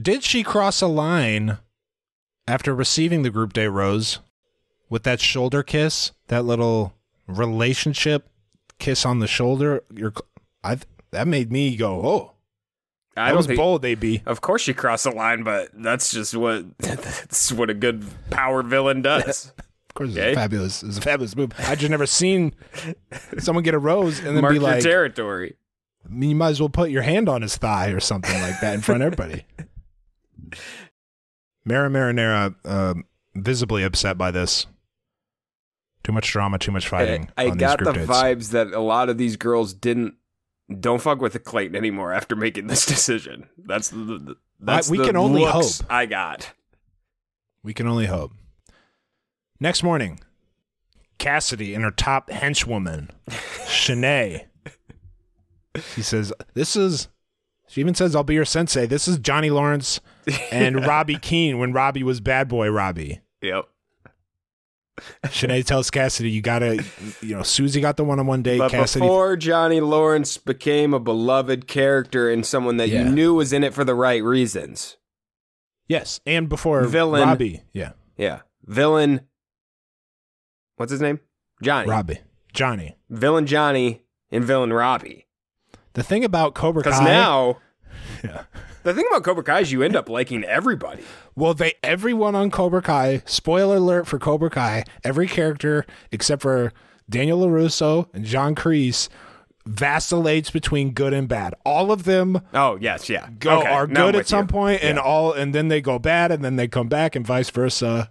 Speaker 1: Did she cross a line after receiving the group day rose with that shoulder kiss, that little relationship kiss on the shoulder? Your, I that made me go, oh,
Speaker 2: I
Speaker 1: that
Speaker 2: don't
Speaker 1: was
Speaker 2: think.
Speaker 1: bold, AB.
Speaker 2: Of course, she crossed the line, but that's just what that's what a good power villain does.
Speaker 1: Of course, it's
Speaker 2: Okay.
Speaker 1: fabulous. It's a fabulous move. I just never seen someone get a rose and then
Speaker 2: Mark
Speaker 1: be
Speaker 2: your
Speaker 1: like,
Speaker 2: territory.
Speaker 1: you might as well put your hand on his thigh or something like that in front of everybody. Mara Marinara, uh, visibly upset by this. Too much drama, too much fighting.
Speaker 2: I
Speaker 1: on
Speaker 2: got
Speaker 1: these
Speaker 2: the
Speaker 1: group dates.
Speaker 2: vibes that a lot of these girls didn't don't fuck with the Clayton anymore after making this decision. That's the, the that's
Speaker 1: we
Speaker 2: the
Speaker 1: can only
Speaker 2: looks
Speaker 1: hope.
Speaker 2: I got.
Speaker 1: We can only hope. Next morning, Cassidy and her top henchwoman, Shanae. She says, This is, she even says, I'll be your sensei. This is Johnny Lawrence and Robbie Keane when Robbie was bad boy Robbie.
Speaker 2: Yep.
Speaker 1: Shanae tells Cassidy, "You gotta, you know, Susie got the one-on-one date.
Speaker 2: But
Speaker 1: Cassidy,
Speaker 2: before Johnny Lawrence became a beloved character and someone that
Speaker 1: Yeah.
Speaker 2: you knew was in it for the right reasons.
Speaker 1: yes, and before
Speaker 2: Villain.
Speaker 1: Robbie, yeah,
Speaker 2: Yeah. Villain What's his name? Johnny.
Speaker 1: Robbie, Johnny.
Speaker 2: Villain Johnny and villain Robbie.
Speaker 1: The thing about Cobra
Speaker 2: Because
Speaker 1: Kai,
Speaker 2: now
Speaker 1: Yeah.
Speaker 2: the thing about Cobra Kai is you end up liking everybody.
Speaker 1: well, they everyone on Cobra Kai. Spoiler alert for Cobra Kai: every character except for Daniel Larusso and John Kreese vacillates between good and bad. All of them
Speaker 2: Oh yes, yeah.
Speaker 1: go
Speaker 2: Okay,
Speaker 1: are
Speaker 2: now I'm
Speaker 1: good at
Speaker 2: with
Speaker 1: some
Speaker 2: you.
Speaker 1: point and
Speaker 2: Yeah.
Speaker 1: all and then they go bad and then they come back and vice versa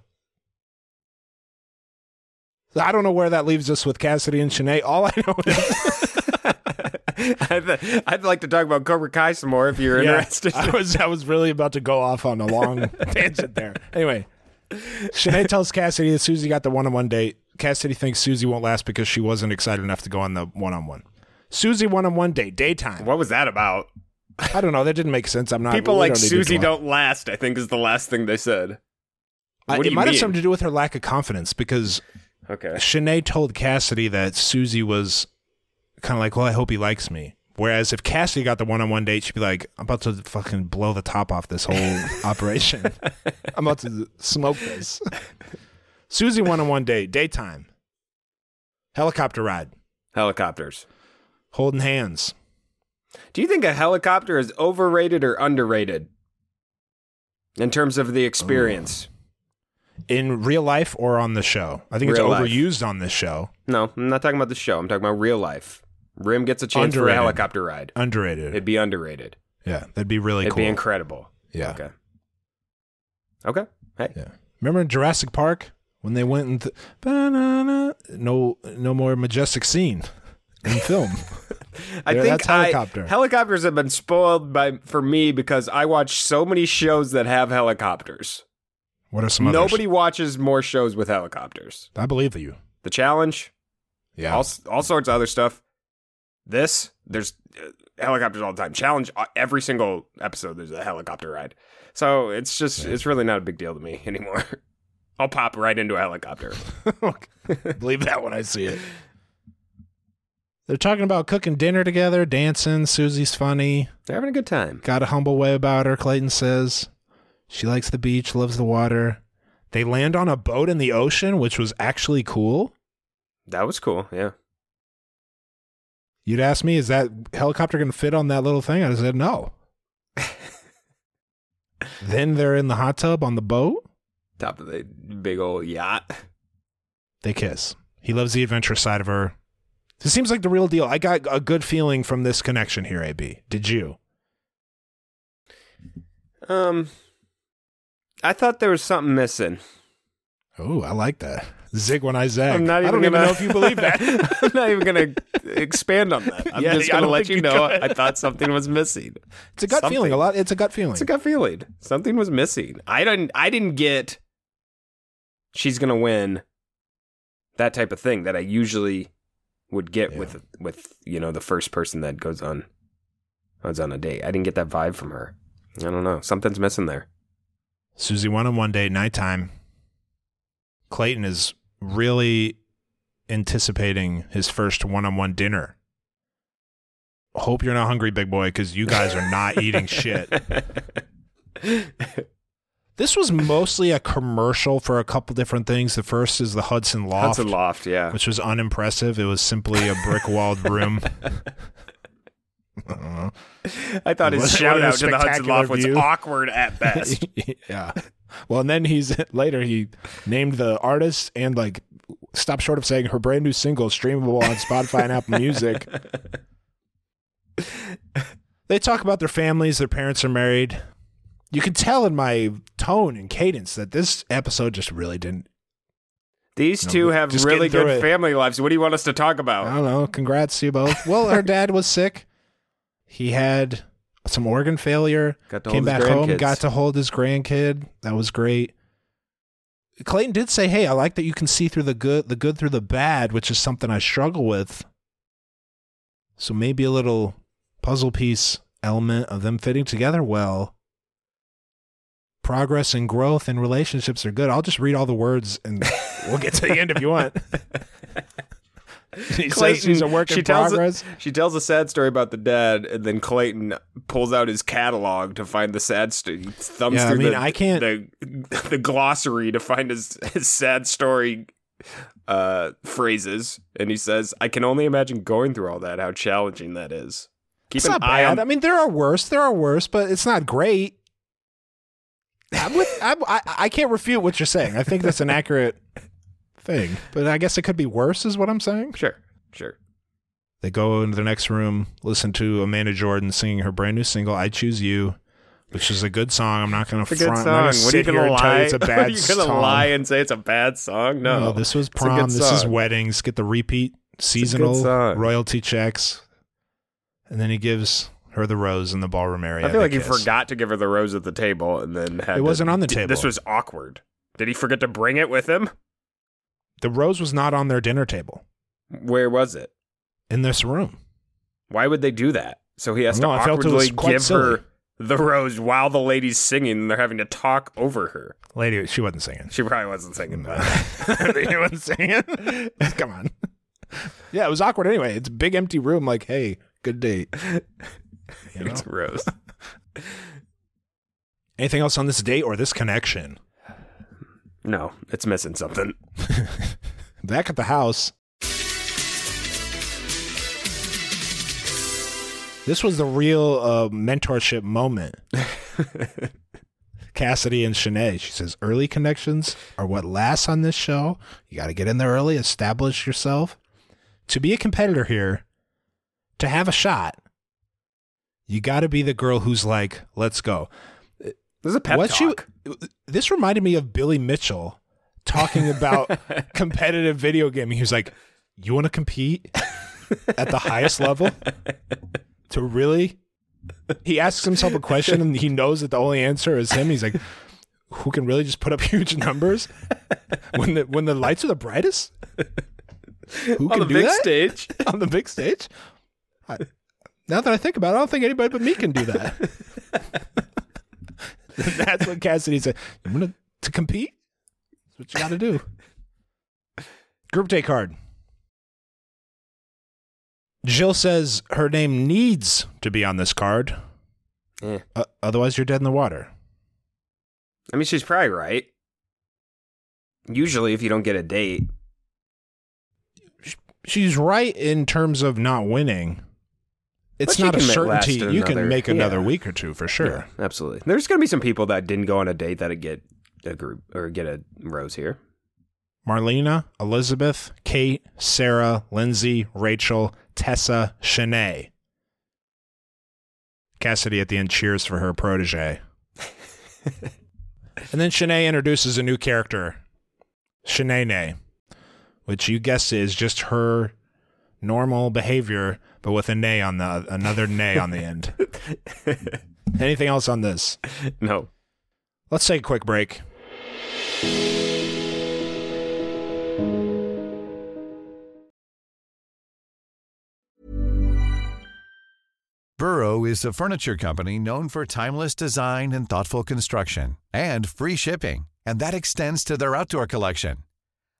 Speaker 1: So I don't know where that leaves us with Cassidy and Shanae. All I know is
Speaker 2: I'd, I'd like to talk about Cobra Kai some more if you're
Speaker 1: Yeah,
Speaker 2: interested.
Speaker 1: I was I was really about to go off on a long tangent there. Anyway, Shanae tells Cassidy that Susie got the one-on-one date. Cassidy thinks Susie won't last because she wasn't excited enough to go on the one-on-one. Susie one-on-one date, daytime.
Speaker 2: What was that about?
Speaker 1: I don't know. That didn't make sense. I'm not.
Speaker 2: People
Speaker 1: Uh, we
Speaker 2: like
Speaker 1: don't need to
Speaker 2: Susie
Speaker 1: dwell.
Speaker 2: don't last, I think is the last thing they said.
Speaker 1: I-
Speaker 2: What do
Speaker 1: it
Speaker 2: you
Speaker 1: might have
Speaker 2: mean?
Speaker 1: something to do with her lack of confidence because
Speaker 2: Okay.
Speaker 1: Shanae told Cassidy that Susie was kind of like, well, I hope he likes me. Whereas if Cassidy got the one on one date, she'd be like, I'm about to fucking blow the top off this whole operation. I'm about to smoke this. Susie one on one date, daytime, helicopter ride,
Speaker 2: Helicopters.
Speaker 1: holding hands.
Speaker 2: Do you think a helicopter is overrated or underrated in terms of the
Speaker 1: Mm.
Speaker 2: experience?
Speaker 1: In real life or on the show? I think
Speaker 2: Real
Speaker 1: it's
Speaker 2: life.
Speaker 1: overused on this show.
Speaker 2: No, I'm not talking about the show. I'm talking about real life. Rim gets a chance for a
Speaker 1: Underrated.
Speaker 2: helicopter ride.
Speaker 1: Underrated.
Speaker 2: It'd be underrated.
Speaker 1: yeah, that'd be really
Speaker 2: It'd
Speaker 1: cool.
Speaker 2: be incredible.
Speaker 1: yeah.
Speaker 2: Okay. Okay. Hey.
Speaker 1: Yeah. Remember in Jurassic Park when they went and th- Ba-na-na. no no more majestic scene in film.
Speaker 2: I
Speaker 1: Yeah,
Speaker 2: think
Speaker 1: that's helicopter.
Speaker 2: I, helicopters have been spoiled by for me because I watch so many shows that have helicopters.
Speaker 1: what are some others?
Speaker 2: Nobody watches more shows with helicopters.
Speaker 1: I believe you.
Speaker 2: The Challenge,
Speaker 1: Yeah.
Speaker 2: all s- all sorts of other stuff. This there's uh, helicopters all the time. Challenge uh, every single episode. There's a helicopter ride, so it's just it's really not a big deal to me anymore. I'll pop right into a helicopter.
Speaker 1: believe that when I see it. They're talking about cooking dinner together, dancing. Susie's funny.
Speaker 2: They're having a good time.
Speaker 1: Got a humble way about her, Clayton says. She likes the beach, loves the water. They land on a boat in the ocean, which was actually cool.
Speaker 2: That was cool. Yeah.
Speaker 1: You'd ask me, is that helicopter going to fit on that little thing? I said, no. then they're in the hot tub on the boat.
Speaker 2: Top of the big old yacht.
Speaker 1: They kiss. He loves the adventure side of her. This seems like the real deal. I got a good feeling from this connection here, AB. Did you?
Speaker 2: Um, I thought there was something missing.
Speaker 1: Oh, I like that. Zig when I zag.
Speaker 2: I'm not
Speaker 1: I
Speaker 2: even
Speaker 1: don't
Speaker 2: gonna,
Speaker 1: even know if you believe that.
Speaker 2: I'm not even going to expand on that. I'm
Speaker 1: Yeah,
Speaker 2: just
Speaker 1: I
Speaker 2: going to
Speaker 1: don't
Speaker 2: let
Speaker 1: think
Speaker 2: you
Speaker 1: you
Speaker 2: know
Speaker 1: could.
Speaker 2: I thought something was missing.
Speaker 1: It's a gut
Speaker 2: Something.
Speaker 1: feeling. A lot. It's a gut feeling.
Speaker 2: It's a gut feeling. Something was missing. I didn't. I didn't get. She's going to win. That type of thing that I usually would get
Speaker 1: Yeah.
Speaker 2: with with you know the first person that goes on goes on a date. I didn't get that vibe from her. I don't know. Something's missing there.
Speaker 1: Susie won on one day nighttime. Clayton is really anticipating his first one-on-one dinner. Hope you're not hungry, big boy, because you guys are not eating shit. This was mostly a commercial for a couple different things. The first is the Hudson Loft,
Speaker 2: Hudson Loft, yeah.
Speaker 1: which was unimpressive. It was simply a brick-walled room. Uh-huh.
Speaker 2: I thought his
Speaker 1: Wasn't
Speaker 2: shout
Speaker 1: really a
Speaker 2: out to the Hudson
Speaker 1: spectacular
Speaker 2: Loft was
Speaker 1: view.
Speaker 2: awkward at best.
Speaker 1: yeah. Well, and then he's later he named the artist and like stopped short of saying her brand new single is streamable on Spotify and Apple Music. They talk about their families, their parents are married. You can tell in my tone and cadence that this episode just really didn't.
Speaker 2: These
Speaker 1: No,
Speaker 2: two
Speaker 1: we're
Speaker 2: have
Speaker 1: just
Speaker 2: really
Speaker 1: getting through
Speaker 2: good
Speaker 1: it.
Speaker 2: family lives. What do you want us to talk
Speaker 1: I
Speaker 2: about?
Speaker 1: don't know. Congrats to you both. Well, her dad was sick. He had some organ failure.
Speaker 2: Got to
Speaker 1: came
Speaker 2: hold his
Speaker 1: back home,
Speaker 2: grandkids.
Speaker 1: got to hold his grandkid. That was great. Clayton did say, "Hey, I like that you can see through the good, the good through the bad, which is something I struggle with." So maybe a little puzzle piece element of them fitting together well. Progress and growth and relationships are good. I'll just read all the words and we'll get to the end if you want. he says
Speaker 2: Clayton,
Speaker 1: he's a work
Speaker 2: she
Speaker 1: in
Speaker 2: tells it-
Speaker 1: progress.
Speaker 2: She tells a sad story about the dad, and then Clayton pulls out his catalog to find the sad story. He Thumbs
Speaker 1: Yeah, I
Speaker 2: through
Speaker 1: mean,
Speaker 2: the,
Speaker 1: I can't-
Speaker 2: the the glossary to find his, his sad story uh, phrases, and he says, "I can only imagine going through all that. How challenging that is." Keep
Speaker 1: it's not bad. I mean, there are worse. There are worse, but it's not great. I'm with. I'm, I I can't refute what you're saying. I think that's an accurate thing, but I guess it could be worse, is what I'm saying.
Speaker 2: Sure, sure.
Speaker 1: They go into the next room, listen to Amanda Jordan singing her brand new single "I Choose You,which is a good song. I'm not going to
Speaker 2: It's a good
Speaker 1: front. I'm not gonna
Speaker 2: song. What are you
Speaker 1: sit
Speaker 2: gonna
Speaker 1: here and tell
Speaker 2: lie?
Speaker 1: you it's a bad
Speaker 2: what are you gonna
Speaker 1: song.
Speaker 2: lie and say it's a bad song? No,
Speaker 1: No, this was
Speaker 2: It's a
Speaker 1: prom.
Speaker 2: good
Speaker 1: This is
Speaker 2: song.
Speaker 1: weddings. Get the repeat
Speaker 2: good
Speaker 1: seasonal
Speaker 2: song.
Speaker 1: royalty checks, and then he gives her the rose in the ballroom area.
Speaker 2: I feel
Speaker 1: They
Speaker 2: like he
Speaker 1: kiss.
Speaker 2: forgot to give her the rose at the table, and then had
Speaker 1: It wasn't
Speaker 2: to-
Speaker 1: on the
Speaker 2: D-
Speaker 1: table.
Speaker 2: This was awkward. Did he forget to bring it with him?
Speaker 1: The rose was not on their dinner table
Speaker 2: Where was it?
Speaker 1: in this room.
Speaker 2: Why would they do that? So he has
Speaker 1: No,
Speaker 2: to
Speaker 1: I felt it was
Speaker 2: awkwardly
Speaker 1: quite
Speaker 2: give
Speaker 1: silly.
Speaker 2: her the rose while the lady's singing, and they're having to talk over her.
Speaker 1: Lady, she wasn't singing.
Speaker 2: She probably wasn't singing, but
Speaker 1: she wasn't singing. Come on. Yeah, it was awkward anyway. It's a big empty room. Like, hey, good date. You know?
Speaker 2: it's rose.
Speaker 1: Anything else on this date or this connection?
Speaker 2: No, it's missing something.
Speaker 1: Back at the house. This was the real uh, mentorship moment. Cassidy and Shanae, she says, early connections are what lasts on this show. You got to get in there early, establish yourself. To be a competitor here, to have a shot, you got to be the girl who's like, let's go.
Speaker 2: This is a pep
Speaker 1: What
Speaker 2: talk.
Speaker 1: you- this reminded me of Billy Mitchell talking about competitive video gaming. He was like, "You want to compete at the highest level to really?" He asks himself a question and he knows that the only answer is him. He's like, "Who can really just put up huge numbers when the when the lights are the brightest? Who
Speaker 2: on
Speaker 1: can
Speaker 2: the
Speaker 1: do
Speaker 2: big
Speaker 1: that
Speaker 2: stage.
Speaker 1: on the big stage?" I, now that I think about it, I don't think anybody but me can do that. That's what Cassidy said. You want to, to compete? That's what you got to do. Group day card. Jill says her name needs to be on this card.
Speaker 2: Yeah.
Speaker 1: O- otherwise, you're dead in the water.
Speaker 2: I mean, she's probably right. Usually, if you don't get a date,
Speaker 1: She's right in terms of not winning. It's
Speaker 2: But you
Speaker 1: not a
Speaker 2: can make last
Speaker 1: certainty. You can
Speaker 2: another-
Speaker 1: make another
Speaker 2: yeah.
Speaker 1: week or two for sure.
Speaker 2: Yeah, absolutely. There's going to be some people that didn't go on a date that would get a group or get a rose here.
Speaker 1: Marlena, Elizabeth, Kate, Sarah, Lindsay, Rachel, Tessa, Shanae. Cassidy at the end cheers for her protege. and then Shanae introduces a new character, Shanae, which you guessed it, is just her normal behavior, but with a nay on the another nay on the end. Anything else on this?
Speaker 2: No.
Speaker 1: Let's take a quick break.
Speaker 3: Burrow is a furniture company known for timeless design and thoughtful construction and free shipping, and that extends to their outdoor collection.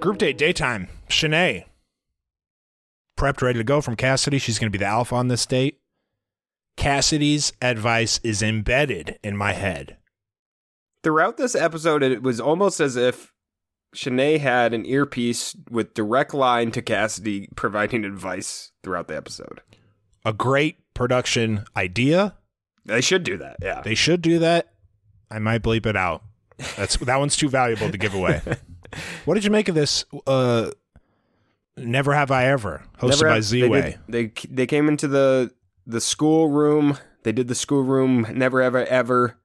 Speaker 1: Group date daytime. Shanae. Prepped, ready to go from Cassidy. She's going to be the alpha on this date. Cassidy's advice is embedded in my head.
Speaker 2: Throughout this episode, it was almost as if Shanae had an earpiece with direct line to Cassidy providing advice throughout the episode.
Speaker 1: A great production idea.
Speaker 2: They should do that. Yeah.
Speaker 1: They should do that. I might bleep it out. That's that one's too valuable to give away. what did you make of this? Uh, Never have I ever hosted
Speaker 2: Never
Speaker 1: by
Speaker 2: have-
Speaker 1: Z Way.
Speaker 2: They, did- they they came into the the school room. They did the school room. Never ever ever.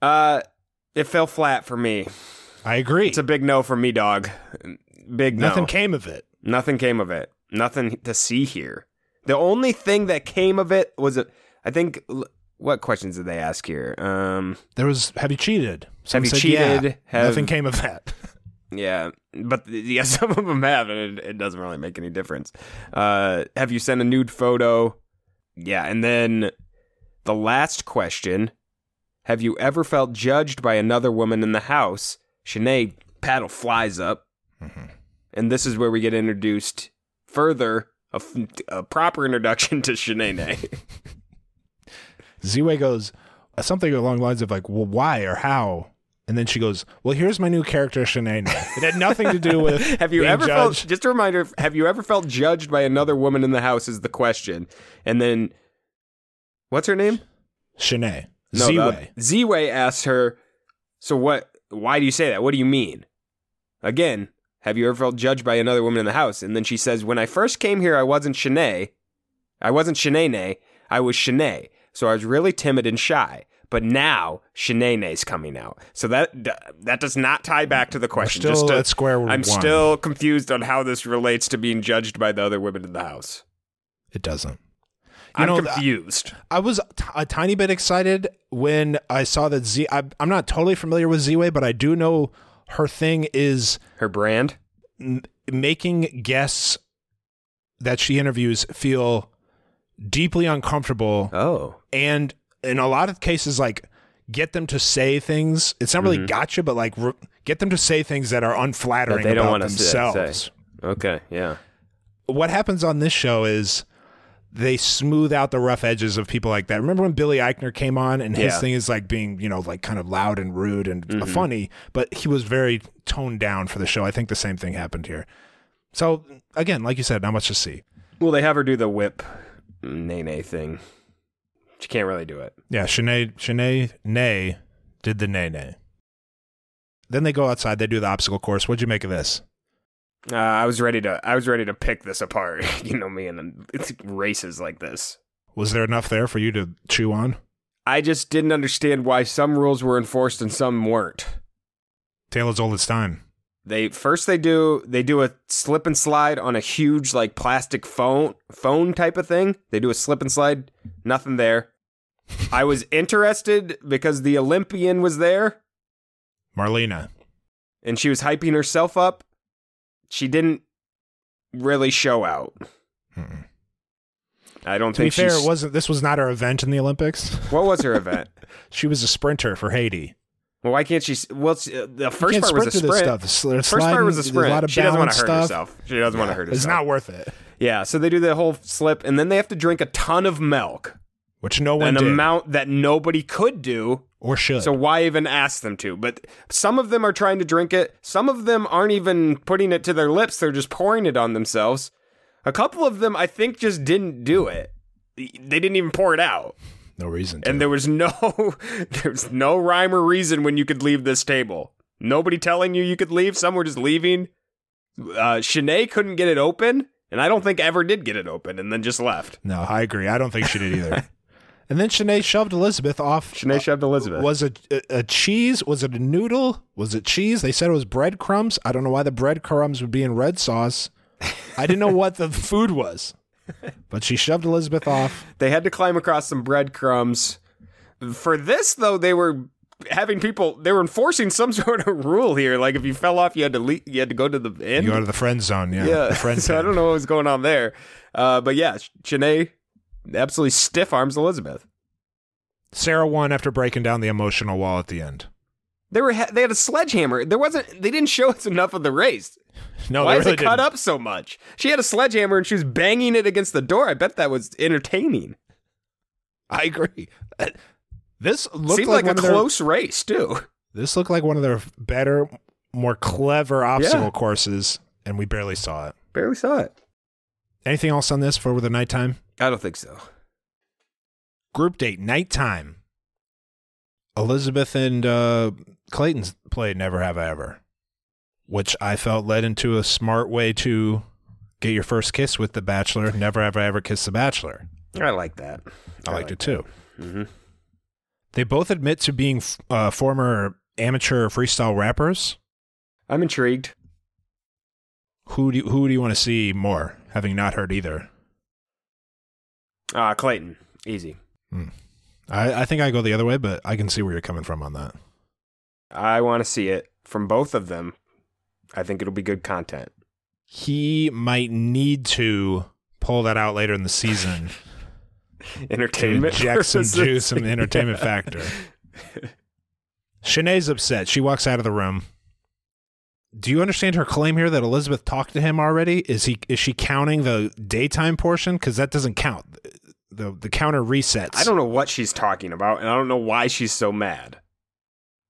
Speaker 2: Uh, it fell flat for me.
Speaker 1: I agree.
Speaker 2: It's a big no for me, dog. Big no.
Speaker 1: Nothing came of it.
Speaker 2: Nothing came of it. Nothing to see here. The only thing that came of it was a, I think l- what questions did they ask here? Um
Speaker 1: There was have you cheated?
Speaker 2: Have you
Speaker 1: said yeah.
Speaker 2: cheated? Have-
Speaker 1: Nothing came of that.
Speaker 2: yeah, but yeah, some of them have and it, it doesn't really make any difference. Uh have you sent a nude photo? Yeah, and then the last question, have you ever felt judged by another woman in the house? Shanae paddle flies up.
Speaker 1: Mm-hmm.
Speaker 2: and this is where we get introduced further a, f- a proper introduction to Shanae.
Speaker 1: Z Way goes uh, something along the lines of like, well, why or how? And then she goes, well, here's my new character, Shanae. It had nothing to do with
Speaker 2: have you
Speaker 1: being
Speaker 2: ever felt
Speaker 1: judged.
Speaker 2: just a reminder have you ever felt judged by another woman in the house is the question and then what's her name
Speaker 1: Shanae? Z Way.
Speaker 2: Z Way asks her so what why do you say that what do you mean again have you ever felt judged by another woman in the house and then she says when I first came here I wasn't Shanae I wasn't Shanae I was Shanae so I was really timid and shy but now Shanae's coming out so that that does not tie back to the question
Speaker 1: still
Speaker 2: Just to-
Speaker 1: at square
Speaker 2: I'm
Speaker 1: one.
Speaker 2: still confused on how this relates to being judged by the other women in the house
Speaker 1: It doesn't.
Speaker 2: I'm
Speaker 1: know,
Speaker 2: confused
Speaker 1: I was t- a tiny bit excited when I saw that Z. I, I'm not totally familiar with Z Way, but I do know her thing is
Speaker 2: her brand
Speaker 1: m- making guests that she interviews feel deeply uncomfortable
Speaker 2: oh
Speaker 1: and in a lot of cases like get them to say things it's not really
Speaker 2: Mm-hmm.
Speaker 1: gotcha but like re- get them to say things that are unflattering
Speaker 2: That they don't
Speaker 1: about
Speaker 2: wanna say- say.
Speaker 1: themselves
Speaker 2: okay yeah
Speaker 1: what happens on this show is they smooth out the rough edges of people like that. Remember when Billy Eichner came on and his
Speaker 2: Yeah. Mm-hmm.
Speaker 1: thing is like being, you know, like kind of loud and rude and uh, funny, but he was very toned down for the show. I think the same thing happened here. So again, like you said, not much to see.
Speaker 2: Well, they have her do the whip nay nay thing. She can't really do it.
Speaker 1: Yeah, Shanae Shanae Nay did the nay nay. Then they go outside, they do the obstacle course. What'd you make of this?
Speaker 2: Uh, I was ready to. I was ready to pick this apart. you know me, and then it's races like this.
Speaker 1: Was there enough there for you to chew on?
Speaker 2: I just didn't understand why some rules were enforced and some weren't.
Speaker 1: Tale as old as time.
Speaker 2: They first they do they do a slip and slide on a huge like plastic phone phone type of thing. They do a slip and slide, nothing there. I was interested because the Olympian was there
Speaker 1: Marlena.
Speaker 2: and she was hyping herself up. She didn't really show out.
Speaker 1: Mm-mm.
Speaker 2: I don't
Speaker 1: Hmm. To be
Speaker 2: think
Speaker 1: fair,
Speaker 2: she's,
Speaker 1: it wasn't. This was not her event in the Olympics.
Speaker 2: what was her event?
Speaker 1: She was a sprinter for Haiti.
Speaker 2: Well, why can't she? s- Well, it's, uh, the
Speaker 1: You
Speaker 2: first
Speaker 1: can't
Speaker 2: part was
Speaker 1: sprint through
Speaker 2: a
Speaker 1: this
Speaker 2: sprint.
Speaker 1: stuff. It's- they're
Speaker 2: First part was a
Speaker 1: sliding, there's
Speaker 2: sprint.
Speaker 1: a lot of
Speaker 2: she doesn't want
Speaker 1: balance
Speaker 2: to hurt
Speaker 1: stuff.
Speaker 2: herself. She doesn't want to hurt herself.
Speaker 1: It's not worth it.
Speaker 2: Yeah, so they do the whole slip, and then they have to drink a ton of milk,
Speaker 1: Which no one
Speaker 2: an
Speaker 1: did
Speaker 2: amount that nobody could do.
Speaker 1: or should.
Speaker 2: So why even ask them to? But some of them are trying to drink it. Some of them aren't even putting it to their lips. They're just pouring it on themselves. A couple of them, I think, just didn't do it. They didn't even pour it out,
Speaker 1: no reason. To.
Speaker 2: and there was no, there was no rhyme or reason when you could leave this table. Nobody telling you you could leave. Some were just leaving. Uh, Shanae couldn't get it open, and I don't think ever did get it open, and then just left.
Speaker 1: no, I agree. I don't think she did either. and then Shanae shoved Elizabeth off. uh,
Speaker 2: Shanae shoved Elizabeth.
Speaker 1: was a, a a cheese? Was it a noodle? Was it cheese? They said it was breadcrumbs. I don't know why the breadcrumbs would be in red sauce. I didn't know what the food was, but she shoved Elizabeth off.
Speaker 2: They had to climb across some breadcrumbs. For this, though, they were having people. They were enforcing some sort of rule here. Like if you fell off, you had to le- you had to go to the end.
Speaker 1: You go to the friend zone, yeah.
Speaker 2: yeah.
Speaker 1: the friend
Speaker 2: so I
Speaker 1: zone.
Speaker 2: don't know what was going on there. Uh, but yeah, Sh- Shanae absolutely stiff arms Elizabeth.
Speaker 1: Sarah won after breaking down the emotional wall at the end.
Speaker 2: They were ha- they had a sledgehammer. There wasn't. They didn't show us enough of the race.
Speaker 1: No,
Speaker 2: Why
Speaker 1: they
Speaker 2: is
Speaker 1: really
Speaker 2: it cut
Speaker 1: didn't.
Speaker 2: up so much? She had a sledgehammer and she was banging it against the door. I bet that was entertaining.
Speaker 1: I agree. This looked
Speaker 2: Seemed like,
Speaker 1: one
Speaker 2: a
Speaker 1: of their-
Speaker 2: close race too.
Speaker 1: This looked like one of their better, more clever obstacle courses, and we barely saw it.
Speaker 2: Barely saw it.
Speaker 1: Anything else on this for the nighttime?
Speaker 2: I don't think so.
Speaker 1: Group date, nighttime. Elizabeth and uh, Clayton's played Never Have I Ever, which I felt led into a smart way to get your first kiss with The Bachelor. Never Have I Ever Kissed The Bachelor.
Speaker 2: I like that.
Speaker 1: I, liked it too.
Speaker 2: Mm-hmm.
Speaker 1: They both admit to being f- uh, former amateur freestyle rappers.
Speaker 2: I'm intrigued.
Speaker 1: Who do you, who do you want to see more? Having not heard either,
Speaker 2: Ah, Clayton, easy.
Speaker 1: I, I think I go the other way, but I can see where you're coming from on that.
Speaker 2: I want to see it from both of them. I think it'll be good content.
Speaker 1: He might need to pull that out later in the season to
Speaker 2: Entertainment.
Speaker 1: inject some
Speaker 2: purposes.
Speaker 1: juice and entertainment
Speaker 2: Yeah.
Speaker 1: factor. Shanae's upset. She walks out of the room. Do you understand her claim here that Elizabeth talked to him already? Is he is she counting the daytime portion? Because that doesn't count. The the counter resets.
Speaker 2: I don't know what she's talking about, and I don't know why she's so mad.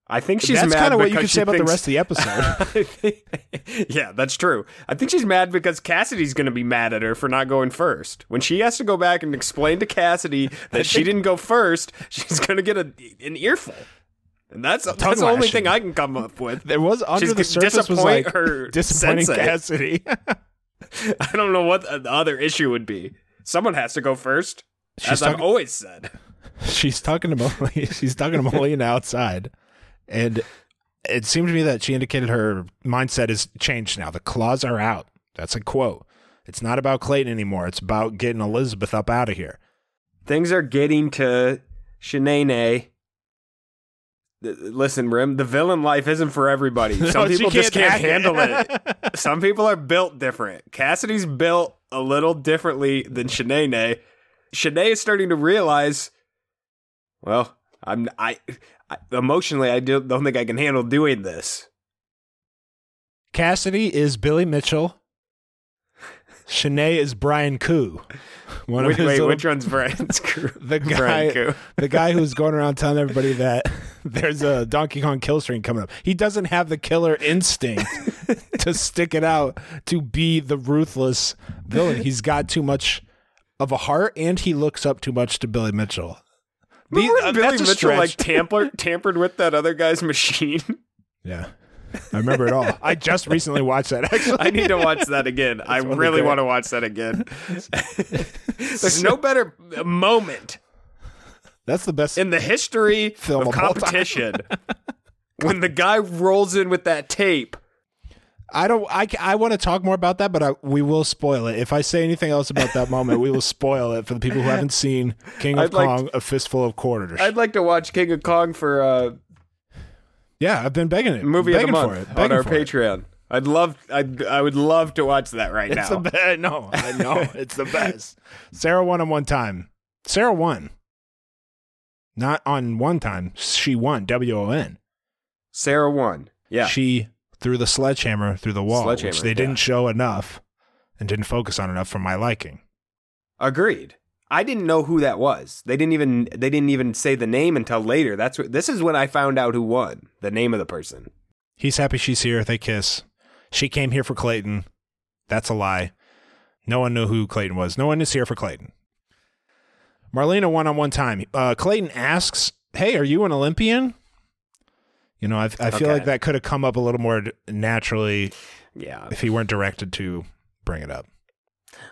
Speaker 2: I think she's
Speaker 1: That's
Speaker 2: mad
Speaker 1: kinda what you
Speaker 2: because
Speaker 1: could
Speaker 2: she
Speaker 1: say about the
Speaker 2: thinks-
Speaker 1: rest of the episode.
Speaker 2: I think- yeah, that's true. I think she's mad because Cassidy's going to be mad at her for not going first. When she has to go back and explain to Cassidy that she didn't go first, she's going to get a, an earful. And that's that's the only
Speaker 1: lashing.
Speaker 2: thing I can come up with.
Speaker 1: There was under
Speaker 2: She's
Speaker 1: the
Speaker 2: gonna
Speaker 1: surface was
Speaker 2: disappoint
Speaker 1: like
Speaker 2: her
Speaker 1: disappointing
Speaker 2: sensei.
Speaker 1: Cassidy.
Speaker 2: I don't know what the other issue would be. Someone has to go first,
Speaker 1: She's
Speaker 2: as I've
Speaker 1: talking-
Speaker 2: always said.
Speaker 1: she's talking to Mol- she's talking to Molina outside, and it seemed to me that she indicated her mindset is changed now. The claws are out. That's a quote. It's not about Clayton anymore. It's about getting Elizabeth up out of here.
Speaker 2: Things are getting to Shanae. Listen, Rim, the villain life isn't for everybody. Some people just can't handle it. Some people are built different. Cassidy's built a little differently than Shanae. Shanae is starting to realize, well, I'm I, I emotionally I do, don't think I can handle doing this.
Speaker 1: Cassidy is Billy Mitchell. Shanae is Brian Koo. One
Speaker 2: Wait,
Speaker 1: his
Speaker 2: wait
Speaker 1: little-
Speaker 2: which one's Brian's crew?
Speaker 1: the
Speaker 2: Brian
Speaker 1: guy,
Speaker 2: Coo.
Speaker 1: the guy who's going around telling everybody that there's a Donkey Kong kill stream coming up. He doesn't have the killer instinct to stick it out to be the ruthless villain. He's got too much of a heart, and he looks up too much to Billy Mitchell.
Speaker 2: Remember
Speaker 1: The-
Speaker 2: when
Speaker 1: uh,
Speaker 2: Billy
Speaker 1: that's a
Speaker 2: Mitchell like
Speaker 1: stretch.
Speaker 2: tamper, tampered with that other guy's machine?
Speaker 1: Yeah, I remember it all. I just recently watched that. Actually,
Speaker 2: I need to watch that again. I
Speaker 1: one of the
Speaker 2: really
Speaker 1: great-
Speaker 2: want to watch that again. There's no better moment
Speaker 1: That's the best.
Speaker 2: in the history
Speaker 1: Film
Speaker 2: of
Speaker 1: of all time.
Speaker 2: competition when the guy rolls in with that tape
Speaker 1: I don't. I, ca- I want to talk more about that, but I, we will spoil it. If I say anything else about that moment, we will spoil it for the people who haven't seen King of
Speaker 2: I'd like
Speaker 1: Kong: A Fistful of Quarters.
Speaker 2: I'd like to watch King of Kong for uh,
Speaker 1: yeah, I've been begging it.
Speaker 2: movie of the
Speaker 1: begging
Speaker 2: month
Speaker 1: for it,
Speaker 2: on
Speaker 1: begging
Speaker 2: our
Speaker 1: for it.
Speaker 2: Patreon. I'd love, I'd, I would love to watch that right
Speaker 1: It's
Speaker 2: now.
Speaker 1: the best. No, I know it's the best. Sarah won on one time. Sarah won. Not on one time. She won. W O N.
Speaker 2: Sarah won. Yeah,
Speaker 1: She threw the sledgehammer through the wall, which
Speaker 2: Sledgehammer,
Speaker 1: they
Speaker 2: yeah.
Speaker 1: didn't show enough and didn't focus on enough for my liking.
Speaker 2: agreed. I didn't know who that was. They didn't even, they didn't even say the name until later. That's what. This is when I found out who won. The name of the person.
Speaker 1: He's happy she's here. They kiss. She came here for Clayton. That's a lie. No one knew who Clayton was. No one is here for Clayton. Marlena won on one time. Uh, Clayton asks, Hey, are you an Olympian? You know, I, I feel
Speaker 2: Okay.
Speaker 1: like that could have come up a little more d- naturally
Speaker 2: Yeah.
Speaker 1: if he weren't directed to bring it up.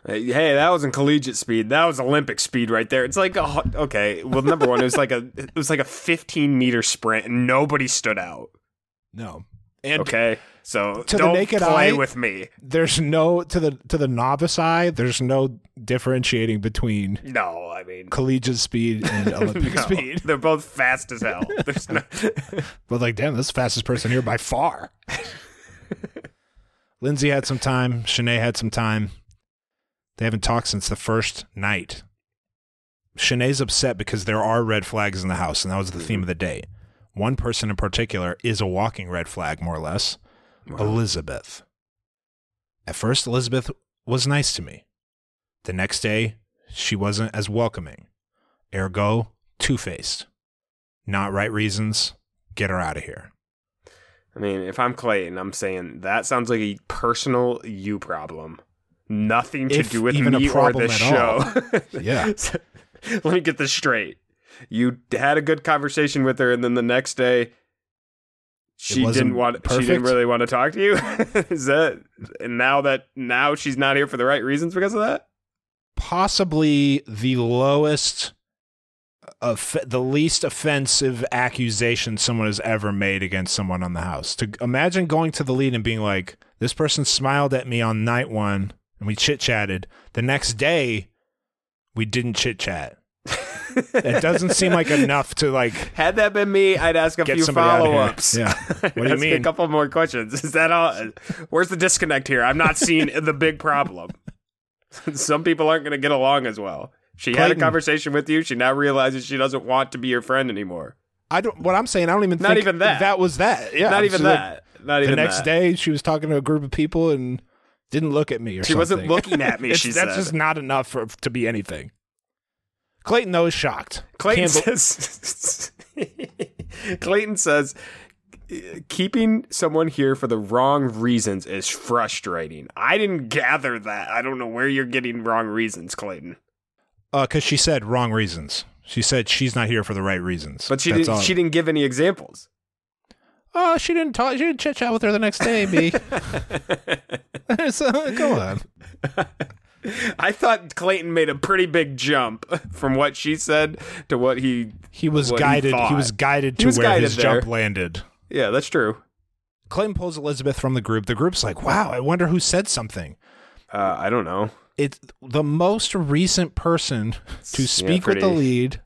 Speaker 2: Hey, that wasn't collegiate speed. That was Olympic speed right there. It's like a, hu- okay. Well, number one, it was like a it was like a 15 meter sprint, and nobody stood out.
Speaker 1: No. And
Speaker 2: Okay, so
Speaker 1: To the
Speaker 2: don't
Speaker 1: naked
Speaker 2: play
Speaker 1: eye-
Speaker 2: with me.
Speaker 1: there's no to the to the novice eye, there's no differentiating between
Speaker 2: No, I mean
Speaker 1: collegiate speed and Olympic
Speaker 2: no.
Speaker 1: speed.
Speaker 2: They're both fast as hell. There's no,
Speaker 1: But like, damn, this is the fastest person here by far. Lindsay had some time. Shanae had some time. They haven't talked since the first night. Shanae's upset because there are red flags in the house, and that was the theme of the day. One person in particular is a walking red flag, more or less. Elizabeth. At first, Elizabeth was nice to me. The next day, she wasn't as welcoming. Ergo, two faced. Not right reasons. Get her out of here.
Speaker 2: I mean, if I'm Clayton, I'm saying that sounds like a personal you problem. Nothing to
Speaker 1: If
Speaker 2: do with
Speaker 1: even a
Speaker 2: me or
Speaker 1: problem
Speaker 2: this
Speaker 1: at all.
Speaker 2: show.
Speaker 1: Yeah.
Speaker 2: Let me get this straight. You had a good conversation with her, and then the next day, she
Speaker 1: wasn't
Speaker 2: didn't want. She didn't
Speaker 1: perfect?
Speaker 2: really want to talk to you. Is that? And now that now she's not here for the right reasons because of that.
Speaker 1: Possibly the lowest, of the least offensive accusation someone has ever made against someone on the house. To imagine going to the lead and being like, this person smiled at me on night one and we chit chatted. The next day, we didn't chit chat. It doesn't seem like enough to like
Speaker 2: Had that been me, I'd ask a
Speaker 1: Get
Speaker 2: few
Speaker 1: somebody outta here.
Speaker 2: follow ups.
Speaker 1: Yeah. What do you
Speaker 2: A
Speaker 1: mean?
Speaker 2: couple more questions. Is that all? Where's the disconnect here? I'm not seeing the big problem. Some people aren't going to get along as well. She had a
Speaker 1: Clayton.
Speaker 2: conversation with you. She now realizes she doesn't want to be your friend anymore.
Speaker 1: I don't. What I'm saying, I don't even.
Speaker 2: Not
Speaker 1: think
Speaker 2: even that.
Speaker 1: That was that. Yeah.
Speaker 2: not
Speaker 1: I'm
Speaker 2: even
Speaker 1: just like,
Speaker 2: that. Not even
Speaker 1: the next
Speaker 2: that.
Speaker 1: day, she was talking to a group of people and didn't look at me or
Speaker 2: She wasn't
Speaker 1: something.
Speaker 2: looking at me,
Speaker 1: It's-
Speaker 2: she
Speaker 1: that's
Speaker 2: said.
Speaker 1: just not enough for, to be anything. Clayton though is shocked.
Speaker 2: Clayton
Speaker 1: Can't be-
Speaker 2: says. Clayton says, keeping someone here for the wrong reasons is frustrating. I didn't gather that. I don't know where you're getting wrong reasons, Clayton.
Speaker 1: uh, because she said wrong reasons. She said she's not here for the right reasons.
Speaker 2: But she
Speaker 1: That's
Speaker 2: didn't.
Speaker 1: all.
Speaker 2: She didn't give any examples.
Speaker 1: Oh, she didn't talk. She didn't chit chat with her the next day. B. so go on.
Speaker 2: I thought Clayton made a pretty big jump from what she said to what he.
Speaker 1: He was
Speaker 2: what
Speaker 1: guided. He,
Speaker 2: thought.
Speaker 1: was guided
Speaker 2: He
Speaker 1: to
Speaker 2: was
Speaker 1: where
Speaker 2: guided
Speaker 1: his
Speaker 2: there.
Speaker 1: jump landed.
Speaker 2: Yeah, that's true.
Speaker 1: Clayton pulls Elizabeth from the group. The group's like, "Wow, I wonder who said something."
Speaker 2: Uh, I don't know.
Speaker 1: it's the most recent person to
Speaker 2: Yeah,
Speaker 1: speak with the
Speaker 2: pretty-
Speaker 1: lead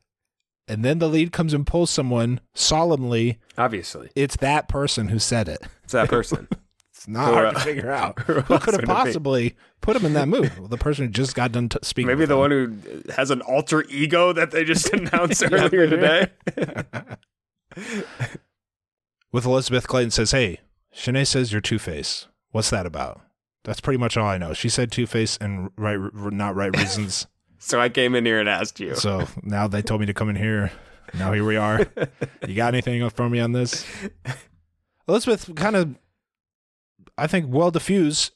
Speaker 1: and then the lead comes and pulls someone solemnly
Speaker 2: Obviously,
Speaker 1: it's that person who said it
Speaker 2: it's that person.
Speaker 1: it's not
Speaker 2: Who
Speaker 1: hard
Speaker 2: el-
Speaker 1: to figure out
Speaker 2: who
Speaker 1: who could
Speaker 2: else would
Speaker 1: have
Speaker 2: it be?
Speaker 1: possibly put him in that mood well, the person who just got done t- speaking
Speaker 2: Maybe
Speaker 1: with
Speaker 2: the
Speaker 1: him.
Speaker 2: one who has an alter ego that they just announced earlier today.
Speaker 1: with elizabeth clayton says hey Shanae says you're two-faced what's that about that's pretty much all i know she said two-faced and right r- not right reasons
Speaker 2: So I came in here and asked you.
Speaker 1: so now they told me to come in here now here we are You got anything for me on this? Elizabeth kind of, I think, well diffused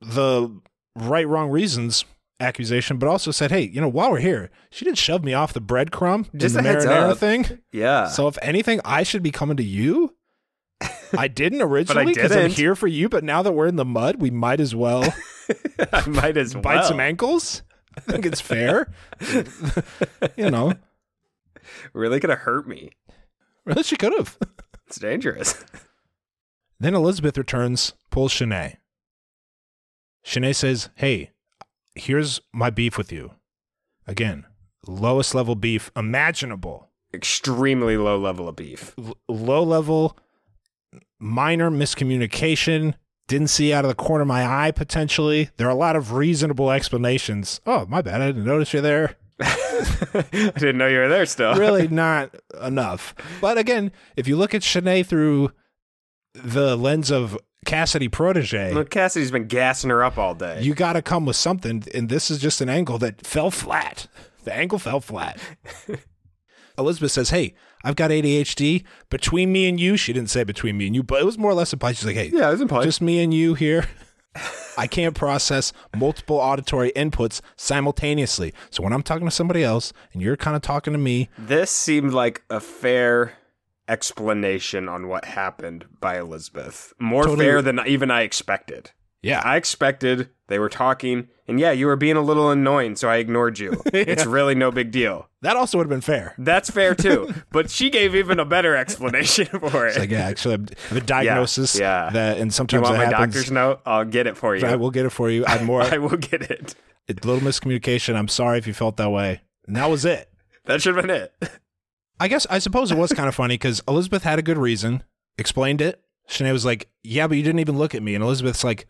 Speaker 1: the right wrong reasons accusation, but also said, hey, you know, while we're here, she didn't shove me off the breadcrumb in
Speaker 2: Just
Speaker 1: the
Speaker 2: a heads
Speaker 1: marinara
Speaker 2: up. Uh,
Speaker 1: thing.
Speaker 2: yeah.
Speaker 1: So if anything, I should be coming to you. I didn't originally because I'm
Speaker 2: didn't.
Speaker 1: here for you, but now that we're in the mud, we might as well
Speaker 2: I might as well.
Speaker 1: bite some ankles. I think it's fair. you know,
Speaker 2: Really could have hurt me.
Speaker 1: really, she could have.
Speaker 2: It's dangerous.
Speaker 1: Then Elizabeth returns, pulls Shanae. Shanae says, Hey, here's my beef with you. Again, lowest level beef imaginable.
Speaker 2: Extremely low level of beef.
Speaker 1: L- low level, minor miscommunication. Didn't see out of the corner of my eye potentially. There are a lot of reasonable explanations. Oh, my bad. I didn't notice you there.
Speaker 2: I didn't know you were there still.
Speaker 1: really not enough. But again, if you look at Shanae through the lens of Cassidy protege,
Speaker 2: Well, Cassidy's been gassing her up all day.
Speaker 1: you got to come with something. And this is just an angle that fell flat. The angle fell flat. Elizabeth says, Hey, I've got ADHD. Between me and you, she didn't say between me and you, but it was more or less implied. She's like, Hey,
Speaker 2: yeah, it was implied.
Speaker 1: just me and you here. I can't process multiple auditory inputs simultaneously. So when I'm talking to somebody else and you're kind of talking to me,
Speaker 2: This seemed like a fair explanation on what happened by Elizabeth. More
Speaker 1: Totally.
Speaker 2: fair than even I expected.
Speaker 1: yeah,
Speaker 2: I expected they were talking, and yeah, you were being a little annoying, so I ignored you. It's really no big deal.
Speaker 1: that also would have been fair.
Speaker 2: That's fair too. but she gave even a better explanation for it.
Speaker 1: It's like, yeah, actually, I have a diagnosis
Speaker 2: yeah.
Speaker 1: that, and
Speaker 2: you
Speaker 1: sometimes
Speaker 2: want
Speaker 1: that
Speaker 2: my
Speaker 1: happens.
Speaker 2: doctor's note? I'll get it for you.
Speaker 1: I will get it for you. I'm more
Speaker 2: I
Speaker 1: a
Speaker 2: will get it.
Speaker 1: little miscommunication. I'm sorry if you felt that way. And that was it.
Speaker 2: That should have been it.
Speaker 1: I guess I suppose it was kind of funny because Elizabeth had a good reason, explained it. Shanae was like, "Yeah, but you didn't even look at me," and Elizabeth's like,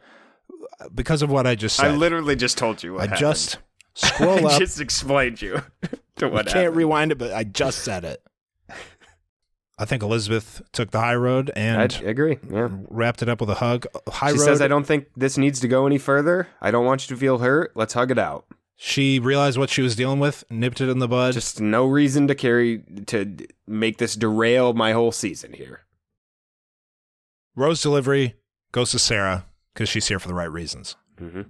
Speaker 1: "Because of what I just said,
Speaker 2: I literally just told you what
Speaker 1: I
Speaker 2: happened.
Speaker 1: just
Speaker 2: I
Speaker 1: scroll up.
Speaker 2: just explained you to
Speaker 1: I
Speaker 2: what
Speaker 1: can't
Speaker 2: happened.
Speaker 1: rewind it, but I just said it." I think Elizabeth took the high road and
Speaker 2: I agree. Yeah.
Speaker 1: wrapped it up with a hug. High
Speaker 2: she
Speaker 1: road.
Speaker 2: says, I don't think this needs to go any further. I don't want you to feel hurt. Let's hug it out.
Speaker 1: She realized what she was dealing with, nipped it in the bud.
Speaker 2: Just no reason to carry, to d- make this derail my whole season here.
Speaker 1: Rose delivery goes to Sarah because she's here for the right reasons.
Speaker 2: Mm-hmm.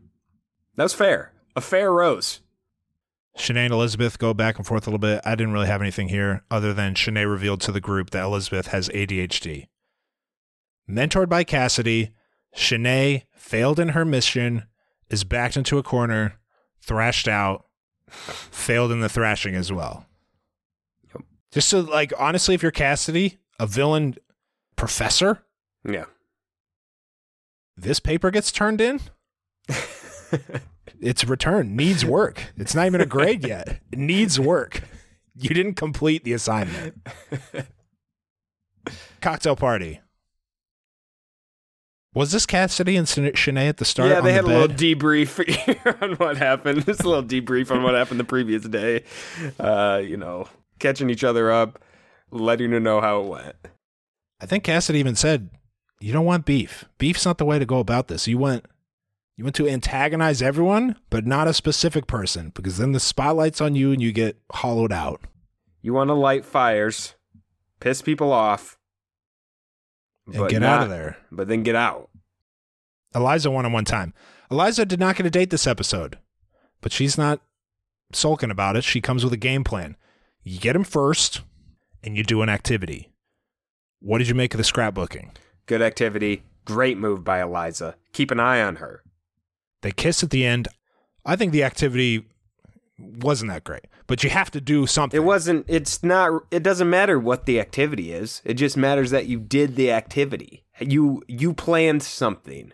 Speaker 2: That's fair. A fair rose.
Speaker 1: Shanae and Elizabeth go back and forth a little bit. I didn't really have anything here other than Shanae revealed to the group that Elizabeth has ADHD. Mentored by Cassidy, Shanae failed in her mission, is backed into a corner, thrashed out, failed in the thrashing as well. Just so, like, honestly, if you're Cassidy, a villain professor,
Speaker 2: Yeah.
Speaker 1: this paper gets turned in its return needs work it's not even a grade yet it needs work you didn't complete the assignment cocktail party was this cassidy and Shana- shanae at the start
Speaker 2: yeah,
Speaker 1: on
Speaker 2: they
Speaker 1: the
Speaker 2: had a
Speaker 1: bed?
Speaker 2: little debrief here on what happened. Just a little debrief on what happened the previous day. Uh, you know, catching each other up, letting her know how it went.
Speaker 1: i think cassidy even said you don't want beef beef's not the way to go about this you want you want to antagonize everyone but not a specific person because then the spotlight's on you and you get hollowed out
Speaker 2: You want to light fires, piss people off,
Speaker 1: and
Speaker 2: but
Speaker 1: get out of
Speaker 2: not-
Speaker 1: there
Speaker 2: But then get out.
Speaker 1: Eliza won on one time. Eliza did not get a date this episode, but she's not sulking about it. She comes with a game plan. You get him first, and you do an activity. What did you make of the scrapbooking?
Speaker 2: Good activity. Great move by Eliza. Keep an eye on her.
Speaker 1: They kiss at the end. I think the activity wasn't that great, but you have to do something.
Speaker 2: It wasn't, it's not, it doesn't matter what the activity is. It just matters that you did the activity. You, you planned something.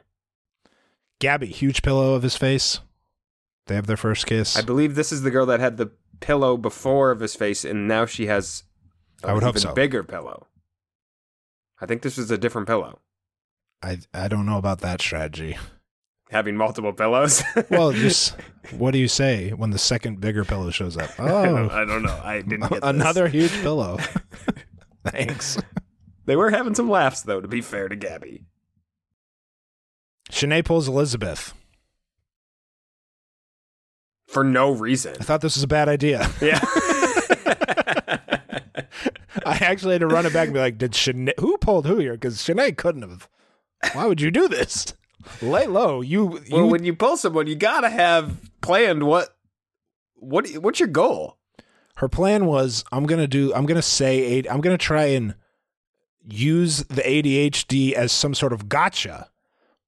Speaker 1: Gabby, huge pillow of his face. They have their first kiss.
Speaker 2: I believe this is the girl that had the pillow before of his face, and now she has
Speaker 1: I would hope
Speaker 2: even
Speaker 1: so.
Speaker 2: bigger pillow. I think this was a different pillow.
Speaker 1: I, I don't know about that strategy.
Speaker 2: Having multiple pillows.
Speaker 1: Well, just what do you say when the second bigger pillow shows up?
Speaker 2: I,
Speaker 1: Oh,
Speaker 2: don't, I don't know. I didn't get this.
Speaker 1: another huge pillow. Thanks.
Speaker 2: They were having some laughs though. To be fair to Gabby,
Speaker 1: Shanae pulls Elizabeth.
Speaker 2: for no reason.
Speaker 1: I thought this was a bad idea.
Speaker 2: Yeah.
Speaker 1: I actually had to run it back and be like, "Did Shanae? Who pulled who here? Because Shanae couldn't have. Why would you do this? Lay low. You.
Speaker 2: well,
Speaker 1: you
Speaker 2: when you pull someone, you gotta have planned what. What? What's your goal?
Speaker 1: her plan was, I'm gonna do. I'm gonna say. eight- I'm gonna try and use the ADHD as some sort of gotcha,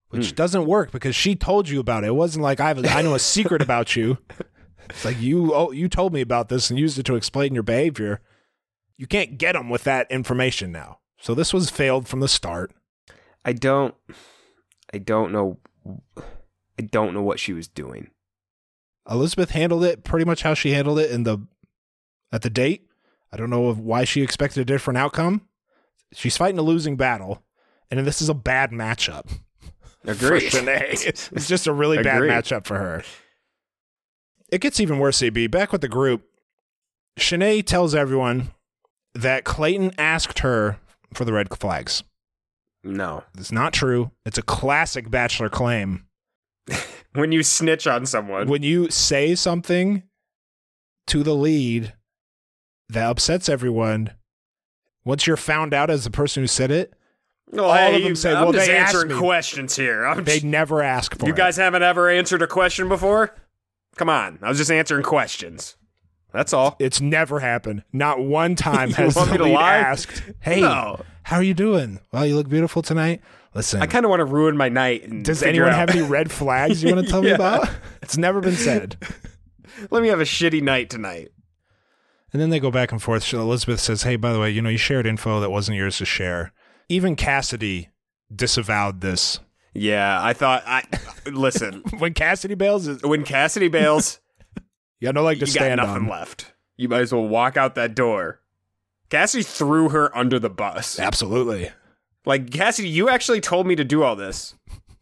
Speaker 1: which doesn't work because she told you about it. It wasn't like I have. I know a secret about you. It's like you. Oh, you told me about this and used it to explain your behavior. You can't get them with that information now. So this was failed from the start.
Speaker 2: I don't I don't know I don't know what she was doing.
Speaker 1: Elizabeth handled it pretty much how she handled it in the at the date. I don't know of why she expected a different outcome. She's fighting a losing battle, and this is a bad matchup. for
Speaker 2: Agreed.
Speaker 1: Shanae. It's just a really bad
Speaker 2: Agreed.
Speaker 1: matchup for her. It gets even worse, CB. Back with the group, Shanae tells everyone that Clayton asked her for the red flags.
Speaker 2: No.
Speaker 1: It's not true. It's a classic bachelor claim.
Speaker 2: When you snitch on someone.
Speaker 1: When you say something to the lead that upsets everyone, once you're found out as the person who said it,
Speaker 2: Well,
Speaker 1: all
Speaker 2: hey,
Speaker 1: of them
Speaker 2: you-
Speaker 1: said,
Speaker 2: I'm
Speaker 1: "Well,
Speaker 2: just
Speaker 1: they asked
Speaker 2: answering
Speaker 1: me."
Speaker 2: questions here. I'm
Speaker 1: they
Speaker 2: just-
Speaker 1: never ask for
Speaker 2: you
Speaker 1: it.
Speaker 2: guys haven't ever answered a question before? Come on. I was just answering questions. That's all.
Speaker 1: It's never happened. Not one time
Speaker 2: You
Speaker 1: has
Speaker 2: want me
Speaker 1: the
Speaker 2: to
Speaker 1: lead
Speaker 2: lie?
Speaker 1: asked, "Hey,
Speaker 2: No.
Speaker 1: how are you doing? Well, you look beautiful tonight. Listen,
Speaker 2: I kind of want to ruin my night. And
Speaker 1: does
Speaker 2: figure
Speaker 1: anyone
Speaker 2: out-
Speaker 1: have any red flags you want to tell me
Speaker 2: Yeah.
Speaker 1: about?" It's never been said.
Speaker 2: Let me have a shitty night tonight.
Speaker 1: And then they go back and forth. So Elizabeth says, "Hey, by the way, you know you shared info that wasn't yours to share." Even Cassidy disavowed this.
Speaker 2: Yeah, I thought I listen
Speaker 1: When Cassidy bails, is
Speaker 2: when Cassidy bails.
Speaker 1: you got no leg to
Speaker 2: you got
Speaker 1: stand
Speaker 2: nothing
Speaker 1: on.
Speaker 2: left. You might as well walk out that door. Cassidy threw her under the bus.
Speaker 1: Absolutely.
Speaker 2: Like Cassidy, you actually told me to do all this.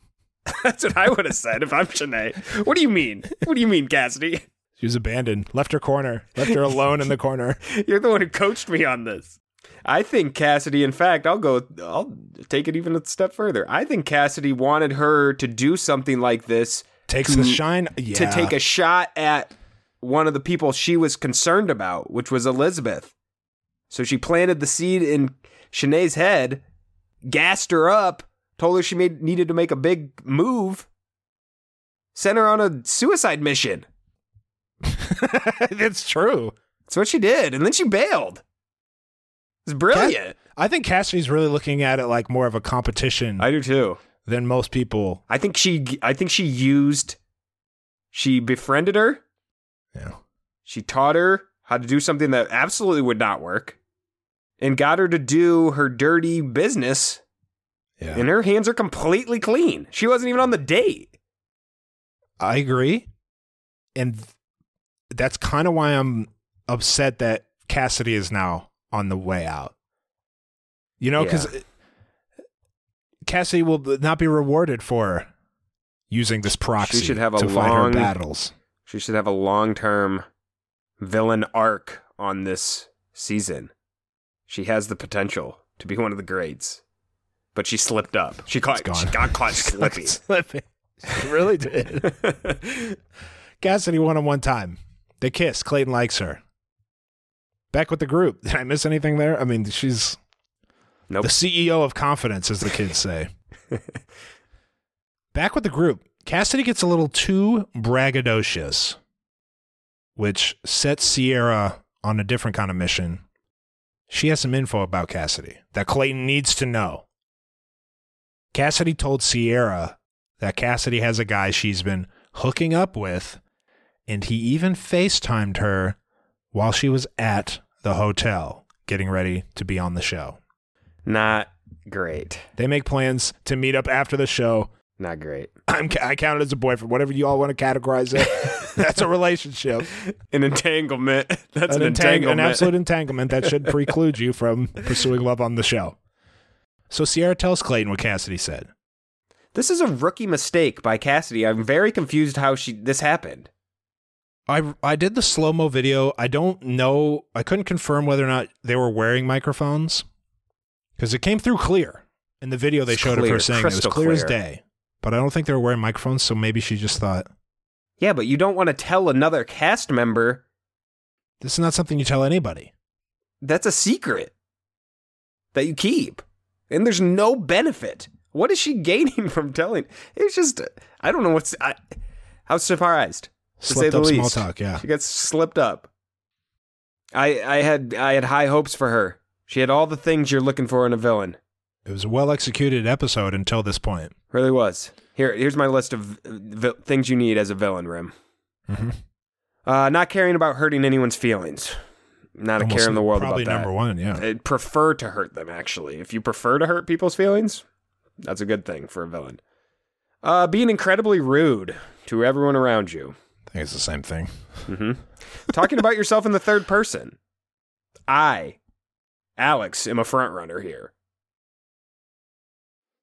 Speaker 2: That's what I would have said if I'm Shanae. What do you mean? What do you mean, Cassidy?
Speaker 1: She was abandoned, left her corner, left her alone in the corner.
Speaker 2: You're the one who coached me on this. I think Cassidy, in fact, I'll go, I'll take it even a step further. I think Cassidy wanted her to do something like this
Speaker 1: Takes
Speaker 2: to-
Speaker 1: the shine yeah.
Speaker 2: to take a shot at one of the people she was concerned about, which was Elizabeth. So she planted the seed in Shanae's head, gassed her up, told her she made, needed to make a big move, sent her on a suicide mission.
Speaker 1: That's true.
Speaker 2: That's what she did. And then she bailed. It's brilliant.
Speaker 1: I think Cassidy's really looking at it like more of a competition
Speaker 2: do too.
Speaker 1: than most people.
Speaker 2: I think she I think she used she befriended her
Speaker 1: Yeah.
Speaker 2: She taught her how to do something that absolutely would not work and got her to do her dirty business. And her hands are completely clean. She wasn't even on the date.
Speaker 1: I agree. And th- that's kind of why I'm upset that Cassidy is now on the way out. You know, because Cassidy will b- not be rewarded for using this proxy
Speaker 2: should have a
Speaker 1: to fight her
Speaker 2: long-
Speaker 1: battles.
Speaker 2: She should have a long term villain arc on this season. She has the potential to be one of the greats. But she slipped up. She caught
Speaker 1: gone.
Speaker 2: she got caught slipping.
Speaker 1: Slipping. She really did. Cassidy won him one time. They kiss. Clayton likes her. Back with the group. Did I miss anything there? I mean, she's
Speaker 2: nope.
Speaker 1: the CEO of confidence, as the kids say. Back with the group. Cassidy gets a little too braggadocious, which sets Sierra on a different kind of mission. She has some info about Cassidy that Clayton needs to know. Cassidy told Sierra that Cassidy has a guy she's been hooking up with, and he even FaceTimed her while she was at the hotel getting ready to be on the show.
Speaker 2: Not great.
Speaker 1: They make plans to meet up after the show.
Speaker 2: Not great.
Speaker 1: I'm, I count it as a boyfriend, whatever you all want to categorize it. That's a relationship.
Speaker 2: An entanglement. That's an,
Speaker 1: entang-
Speaker 2: entanglement.
Speaker 1: An absolute entanglement that should preclude you from pursuing love on the show. So Sierra tells Clayton what Cassidy said.
Speaker 2: This is a rookie mistake by Cassidy. I'm very confused how she this happened.
Speaker 1: I, I did the slow mo video. I don't know. I couldn't confirm whether or not they were wearing microphones because it came through clear in the video they
Speaker 2: It's
Speaker 1: showed of
Speaker 2: clear,
Speaker 1: her saying it was
Speaker 2: crystal
Speaker 1: clear, as
Speaker 2: clear.
Speaker 1: day. But I don't think they were wearing microphones. So maybe she just thought,
Speaker 2: Yeah, but you don't want to tell another cast member.
Speaker 1: this is not something you tell anybody.
Speaker 2: That's a secret that you keep. And there's no benefit. What is she gaining from telling? It's just I don't know what's I I was surprised. To say
Speaker 1: Slipped
Speaker 2: the
Speaker 1: up small
Speaker 2: least.
Speaker 1: talk, yeah.
Speaker 2: She gets slipped up. I I had I had high hopes for her. She had all the things you're looking for in a villain.
Speaker 1: It was a well executed episode until this point.
Speaker 2: Really was. Here, here's my list of uh, vil- things you need as a villain, Rim.
Speaker 1: Mhm.
Speaker 2: Uh, not caring about hurting anyone's feelings. Not a
Speaker 1: Almost
Speaker 2: care in the world
Speaker 1: Probably
Speaker 2: about that.
Speaker 1: number one, yeah.
Speaker 2: I'd prefer to hurt them, actually. If you prefer to hurt people's feelings, That's a good thing for a villain. Uh, being incredibly rude to everyone around you. Mm-hmm.
Speaker 1: I think it's the same thing.
Speaker 2: Talking about yourself in the third person. I, Alex, am a front runner here.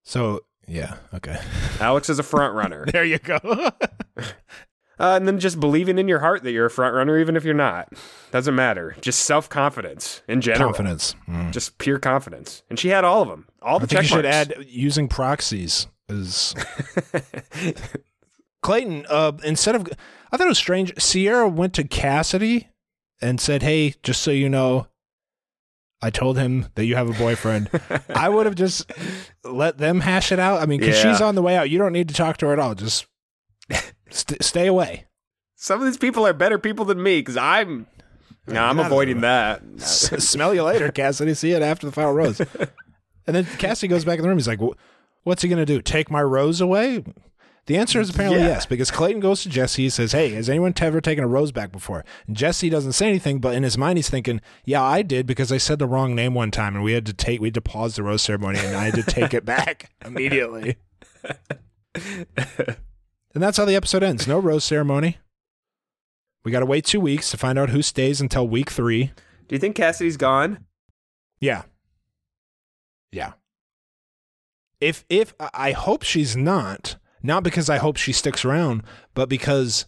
Speaker 1: So yeah, okay.
Speaker 2: Alex is a front runner.
Speaker 1: There you go.
Speaker 2: Uh, and then just believing in your heart that you're a front runner, even if you're not, doesn't matter. Just self confidence in general.
Speaker 1: Confidence. Mm.
Speaker 2: Just pure confidence. And she had all of them. All
Speaker 1: I
Speaker 2: the
Speaker 1: think
Speaker 2: check
Speaker 1: you should
Speaker 2: marks.
Speaker 1: add using proxies is. Clayton, uh, instead of, I thought it was strange. Sierra went to Cassidy and said, "Hey, just so you know, I told him that you have a boyfriend." I would have just let them hash it out. I mean, because
Speaker 2: Yeah.
Speaker 1: she's on the way out, you don't need to talk to her at all. Just st- stay away.
Speaker 2: Some of these people are better people than me because I'm. No, I'm
Speaker 1: not a-
Speaker 2: avoiding that.
Speaker 1: S- smell you later, Cassidy. See it after the final rose. and then Cassidy goes back in the room. He's like, "Wh- "What's he gonna do? Take my rose away?" The answer is apparently
Speaker 2: Yeah.
Speaker 1: yes, because Clayton goes to Jesse. He says, "Hey, has anyone ever taken a rose back before?" And Jesse doesn't say anything, but in his mind, he's thinking, "Yeah, I did because I said the wrong name one time, and we had to take we had to pause the rose ceremony, and I had to take it back immediately." and that's how the episode ends. No rose ceremony. We got to wait two weeks to find out who stays until week three.
Speaker 2: Do you think Cassidy's gone?
Speaker 1: Yeah. Yeah. If if I- I hope she's not, not because I hope she sticks around, but because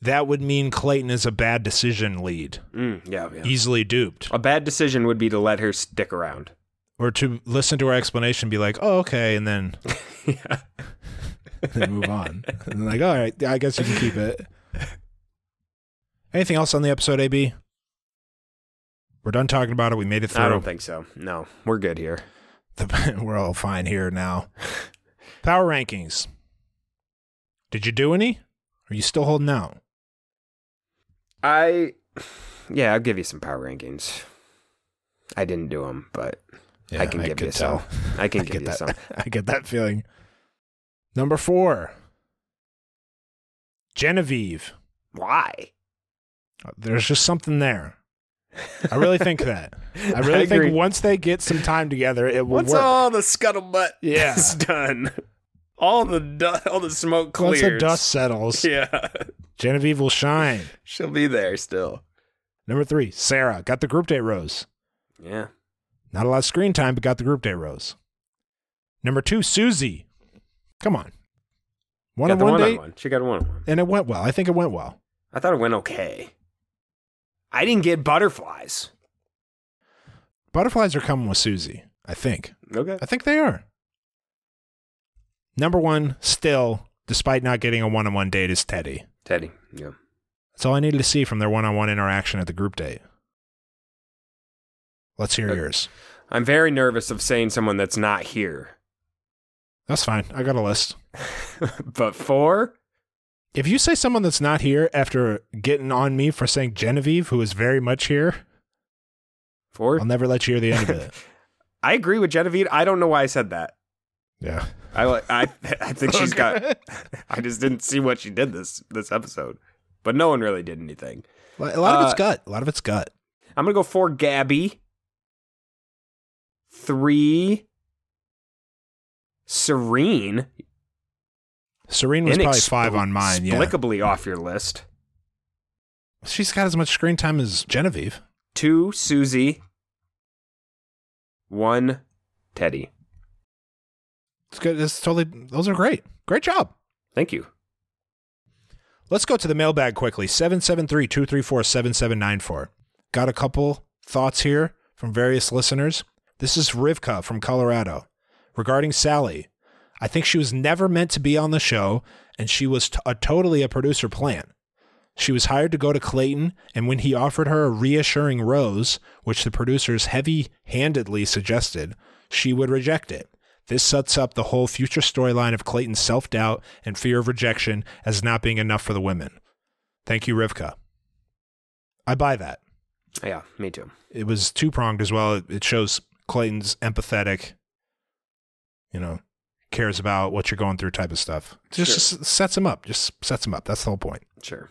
Speaker 1: that would mean Clayton is a bad decision lead,
Speaker 2: Mm, yeah, Uh, yeah.
Speaker 1: easily duped,
Speaker 2: A bad decision would be to let her stick around.
Speaker 1: or to listen to her explanation, and be like, "Oh, okay," and then,
Speaker 2: yeah.
Speaker 1: then move on, and like, "All right, I guess you can keep it." Anything else on the episode, AB? We're done talking about it. We made it through.
Speaker 2: I don't think so. No, we're good here.
Speaker 1: the, we're all fine here now. Power rankings. Did you do any? Are you still holding out?
Speaker 2: I, yeah, I'll give you some power rankings. I didn't do them, but I can give you some. I can give
Speaker 1: get
Speaker 2: you
Speaker 1: that.
Speaker 2: some.
Speaker 1: I get that feeling. Number four, Genevieve. Uh,
Speaker 2: Why?
Speaker 1: There's just something there. I really think that. I really
Speaker 2: agree.
Speaker 1: think once they get some time together, it will
Speaker 2: Once
Speaker 1: work.
Speaker 2: all the scuttlebutt
Speaker 1: Yeah.
Speaker 2: is done, all the du- all the smoke
Speaker 1: once
Speaker 2: clears.
Speaker 1: the dust settles,
Speaker 2: Yeah,
Speaker 1: Genevieve will shine.
Speaker 2: she'll be there still.
Speaker 1: Number three, Sarah got the group date rose.
Speaker 2: Yeah.
Speaker 1: Not a lot of screen time, but got the group day rose. Number two, Susie. Come on. One
Speaker 2: got
Speaker 1: on
Speaker 2: the
Speaker 1: one
Speaker 2: one
Speaker 1: date,
Speaker 2: on one. She got a one on one.
Speaker 1: and it went well. I think it went well.
Speaker 2: I thought it went okay. I didn't get butterflies.
Speaker 1: Butterflies are coming with Susie, I think.
Speaker 2: Okay.
Speaker 1: I think they are. Number one, still, despite not getting a one on one date, is Teddy.
Speaker 2: Teddy. Yeah.
Speaker 1: That's all I needed to see from their one on one interaction at the group date. Let's hear
Speaker 2: Okay.
Speaker 1: yours.
Speaker 2: I'm very nervous of saying someone that's not here.
Speaker 1: That's fine. I got a list.
Speaker 2: but four?
Speaker 1: If you say someone that's not here after getting on me for saying Genevieve, who is very much here,
Speaker 2: Four?
Speaker 1: I'll never let you hear the end of it.
Speaker 2: I agree with Genevieve. I don't know why I said that.
Speaker 1: Yeah.
Speaker 2: I li- I I think she's got I just didn't see what she did this this episode. But no one really did anything.
Speaker 1: A lot of
Speaker 2: Uh,
Speaker 1: it's gut. A lot of it's gut.
Speaker 2: I'm gonna go four Gabby. Three Serene.
Speaker 1: Serene was probably five on mine. Yeah.
Speaker 2: Inexplicably off your list.
Speaker 1: She's got as much screen time as Genevieve.
Speaker 2: Two Susie. One Teddy.
Speaker 1: It's good. It's totally, those are great. Great job.
Speaker 2: Thank you.
Speaker 1: Let's go to the mailbag quickly 773 234 7794. Got a couple thoughts here from various listeners. This is Rivka from Colorado. Regarding Sally, I think she was never meant to be on the show, and she was t- a totally a producer plant. She was hired to go to Clayton, and when he offered her a reassuring rose, which the producers heavy handedly suggested, she would reject it. This sets up the whole future storyline of Clayton's self doubt and fear of rejection as not being enough for the women. Thank you, Rivka. I buy that.
Speaker 2: Yeah, me too.
Speaker 1: It was two pronged as well. It- It shows Clayton's empathetic, you know, cares about what you're going through type of stuff. Just s- sets him up. Just sets him up. That's the whole point.
Speaker 2: Sure.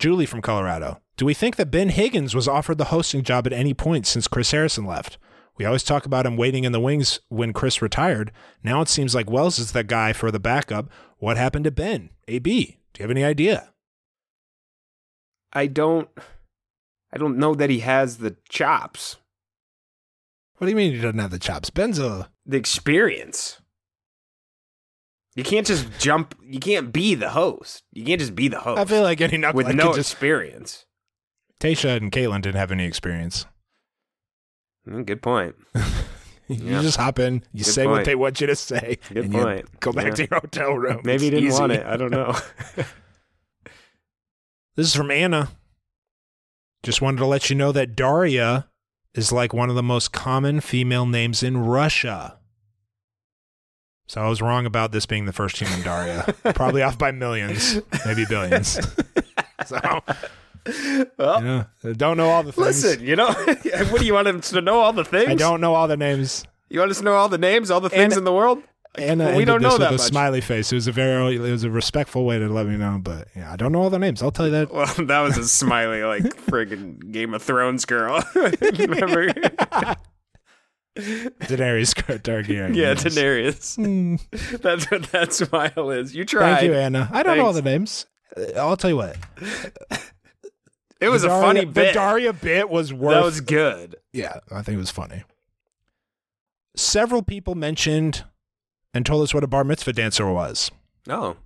Speaker 1: Julie from Colorado. Do we think that Ben Higgins was offered the hosting job at any point since Chris Harrison left? We always talk about him waiting in the wings when Chris retired. Now it seems like Wells is the guy for the backup. What happened to Ben? AB, do you have any idea?
Speaker 2: I don't I don't know that he has the chops,
Speaker 1: What do you mean he doesn't have the chops? Ben's a
Speaker 2: the experience. You can't just jump you can't be the host. You can't just be the host
Speaker 1: I feel like any knucklehead
Speaker 2: Oh, with
Speaker 1: could
Speaker 2: no
Speaker 1: just.
Speaker 2: experience.
Speaker 1: Tasha and Caitlin didn't have any experience.
Speaker 2: Mm, Good point.
Speaker 1: You
Speaker 2: Yeah.
Speaker 1: just hop in, you
Speaker 2: Good
Speaker 1: say what
Speaker 2: point.
Speaker 1: they want you to say,
Speaker 2: Good
Speaker 1: and you
Speaker 2: point.
Speaker 1: go back
Speaker 2: Yeah.
Speaker 1: to your hotel room.
Speaker 2: Maybe he
Speaker 1: It's
Speaker 2: didn't want
Speaker 1: easy.
Speaker 2: it. I don't know.
Speaker 1: This is from Anna. Just wanted to let you know that Daria is like one of the most common female names in Russia. So I was wrong about this being the first human Daria. Probably off by millions, maybe billions. so
Speaker 2: Well,
Speaker 1: you know, I don't know all the things.
Speaker 2: listen, you know, what do you want us to know all the things?
Speaker 1: I don't know all the names.
Speaker 2: You want us to know all the names, all the things
Speaker 1: And-
Speaker 2: in the world?
Speaker 1: Anna
Speaker 2: Well, we
Speaker 1: ended
Speaker 2: don't
Speaker 1: this
Speaker 2: know
Speaker 1: with
Speaker 2: that
Speaker 1: a
Speaker 2: much.
Speaker 1: smiley face. It was a very, it was a respectful way to let me know. But yeah, I don't know all the names. I'll tell you that
Speaker 2: Well, that was a smiley, like friggin' Game of Thrones girl. Remember?
Speaker 1: Daenerys Targaryen.
Speaker 2: yeah,
Speaker 1: yes.
Speaker 2: Daenerys.
Speaker 1: Mm.
Speaker 2: That's what that smile is. Hmm. You tried.
Speaker 1: Thank you, Anna. I don't know all the
Speaker 2: Thanks.
Speaker 1: names. Uh, I'll tell you what.
Speaker 2: It was
Speaker 1: The
Speaker 2: a
Speaker 1: Daria-
Speaker 2: funny bit.
Speaker 1: The Daria bit was worth.
Speaker 2: that was good.
Speaker 1: yeah, I think it was funny. Several people mentioned and told us what a bar mitzvah dancer was.
Speaker 2: Oh,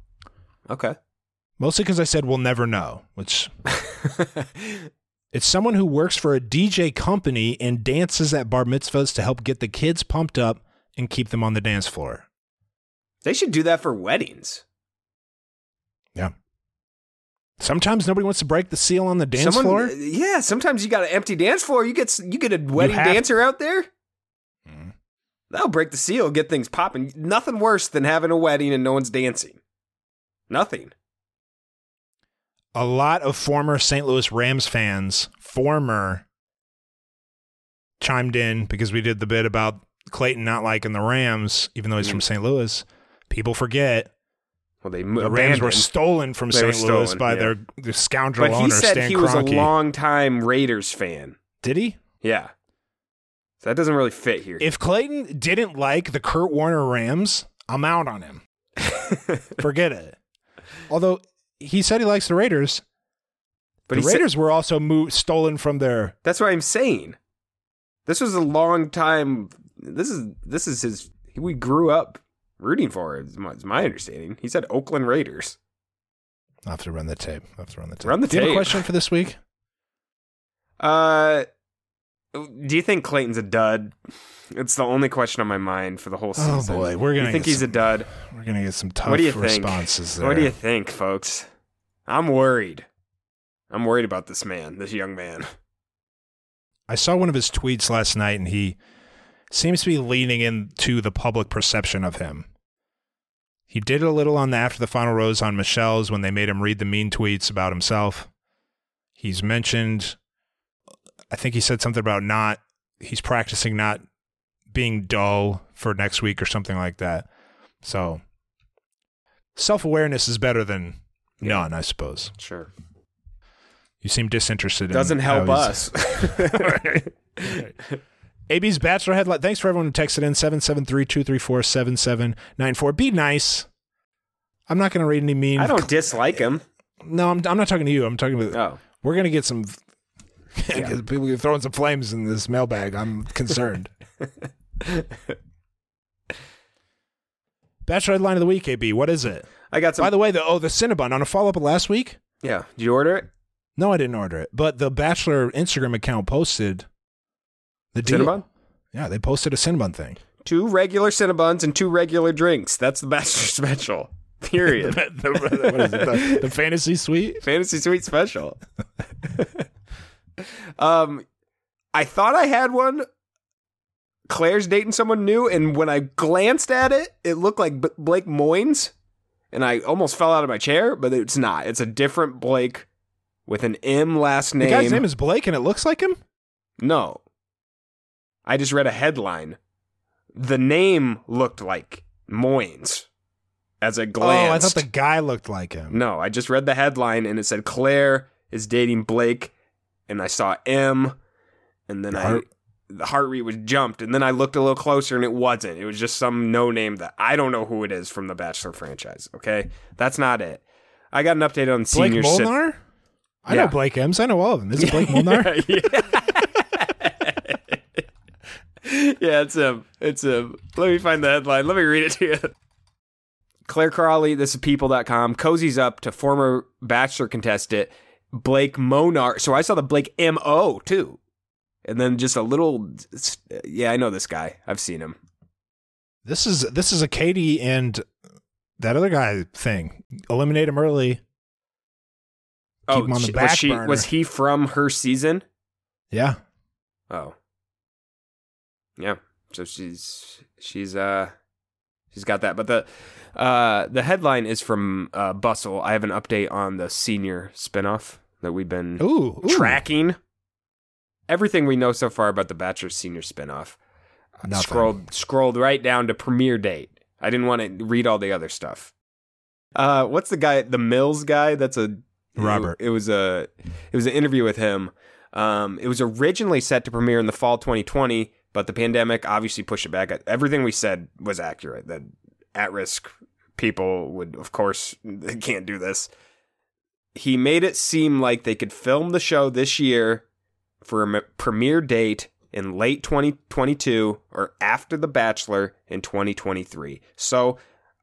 Speaker 2: okay.
Speaker 1: Mostly because I said we'll never know, which it's someone who works for a DJ company and dances at bar mitzvahs to help get the kids pumped up and keep them on the dance floor.
Speaker 2: they should do that for weddings.
Speaker 1: Yeah. Sometimes nobody wants to break the seal on the dance
Speaker 2: Someone- uh,
Speaker 1: floor.
Speaker 2: Yeah, sometimes you got an empty dance floor. You get s- you get a wedding
Speaker 1: have Mm. to.
Speaker 2: dancer out there. That'll break the seal, get things popping. Nothing worse than having a wedding and no one's dancing. Nothing.
Speaker 1: a lot of former St. Louis Rams fans, former, chimed in because we did the bit about Clayton not liking the Rams, even though he's
Speaker 2: Mm.
Speaker 1: from St. Louis. People forget
Speaker 2: Well, they
Speaker 1: the
Speaker 2: abandoned.
Speaker 1: Rams were stolen from
Speaker 2: They were
Speaker 1: St. Louis
Speaker 2: stolen,
Speaker 1: by
Speaker 2: yeah.
Speaker 1: their, their scoundrel
Speaker 2: but
Speaker 1: owner,
Speaker 2: he said
Speaker 1: Stan
Speaker 2: he was a
Speaker 1: Kroenke.
Speaker 2: longtime Raiders fan.
Speaker 1: did he?
Speaker 2: Yeah, so that doesn't really fit here.
Speaker 1: If Clayton didn't like the Kurt Warner Rams, I'm out on him. Forget it. Although he said he likes the Raiders,
Speaker 2: but
Speaker 1: the
Speaker 2: he said-
Speaker 1: Raiders were also moved, stolen from their
Speaker 2: that's what I'm saying. This was a long time. This is this is his. We grew up rooting for it. Is my, is my understanding. He said Oakland Raiders.
Speaker 1: I'll have to run the tape. I'll have to run the tape.
Speaker 2: Run the
Speaker 1: Do you have a
Speaker 2: tape.
Speaker 1: question for this week?
Speaker 2: Uh, do you think Clayton's a dud? It's the only question on my mind for the whole
Speaker 1: Oh,
Speaker 2: season.
Speaker 1: boy, we're gonna
Speaker 2: You think
Speaker 1: get
Speaker 2: he's a
Speaker 1: some
Speaker 2: dud?
Speaker 1: We're gonna get some tough
Speaker 2: What do you think?
Speaker 1: responses there.
Speaker 2: What do you think, folks? I'm worried. I'm worried about this man, this young man.
Speaker 1: I saw one of his tweets last night, and he seems to be leaning into the public perception of him. He did it a little on the after the final rose on Michelle's when they made him read the mean tweets about himself. He's mentioned, I think he said something about not. He's practicing not being dull for next week or something like that. So self awareness is better than none, I suppose.
Speaker 2: Sure.
Speaker 1: You seem disinterested.
Speaker 2: Doesn't
Speaker 1: in how
Speaker 2: help
Speaker 1: he's-
Speaker 2: us.
Speaker 1: AB's Bachelor Headline. Thanks for everyone who texted in 773 234 7794. Be nice. I'm not going to read any mean.
Speaker 2: I don't dislike him.
Speaker 1: No, I'm, I'm not talking to you. I'm talking about.
Speaker 2: Oh.
Speaker 1: We're going to get some. People are throwing some flames in this mailbag. I'm concerned. Bachelor Headline of the Week, AB. What is it?
Speaker 2: I got some.
Speaker 1: By the way, the oh, the Cinnabon on a follow up of last week.
Speaker 2: yeah. Did you order it?
Speaker 1: No, I didn't order it, but the Bachelor Instagram account posted the deal.
Speaker 2: Cinnabon?
Speaker 1: Yeah, they posted a Cinnabon thing.
Speaker 2: Two regular Cinnabuns and two regular drinks. That's the Bachelor Special. Period.
Speaker 1: the, what is it, the, the fantasy suite?
Speaker 2: Fantasy Suite Special. um, I thought I had one. Claire's dating someone new, and when I glanced at it, it looked like B- Blake Moynes, and I almost fell out of my chair. But it's not. It's a different Blake with an M last name.
Speaker 1: The guy's name is Blake, and it looks like him.
Speaker 2: no. I just read a headline. The name looked like Moynes as a glance.
Speaker 1: Oh, I thought the guy looked like him.
Speaker 2: No, I just read the headline and it said Claire is dating Blake, and I saw M, and then I
Speaker 1: Are-
Speaker 2: the heart rate was jumped, and then I looked a little closer, and it wasn't. It was just some no name that I don't know who it is from the Bachelor franchise. Okay, that's not it. I got an update on
Speaker 1: Blake
Speaker 2: senior. cit-
Speaker 1: Molnar? I
Speaker 2: Yeah.
Speaker 1: know Blake Ems. I know all of them. This is Blake Molnar.
Speaker 2: yeah, it's him. It's him. Let me find the headline. Let me read it to you. Claire Crawley, this is people.com, cozies up to former Bachelor contestant Blake Monar. So I saw the Blake M.O. too. And then just a little, yeah, I know this guy. I've seen him.
Speaker 1: This is this is a Katie and that other guy thing. Eliminate him early. Keep him on the
Speaker 2: Oh, she-
Speaker 1: back
Speaker 2: was, she,
Speaker 1: burner.
Speaker 2: was he from her season?
Speaker 1: Yeah.
Speaker 2: Oh. Yeah. So she's she's uh she's got that. But the uh the headline is from uh Bustle. I have an update on the senior spinoff that we've been
Speaker 1: Ooh, ooh.
Speaker 2: tracking. Everything we know so far about the Bachelor senior spinoff. I
Speaker 1: Nothing.
Speaker 2: Scrolled scrolled right down to premiere date. I didn't want to read all the other stuff. Uh what's the guy the Mills guy? That's a
Speaker 1: Robert.
Speaker 2: It, was a it was an interview with him. Um it was originally set to premiere in the fall 2020, but the pandemic obviously pushed it back. Everything we said was accurate. That at-risk people would of course they can't do this he made it seem like they could film the show this year for a m- premiere date in late 2022 or after The Bachelor in 2023. So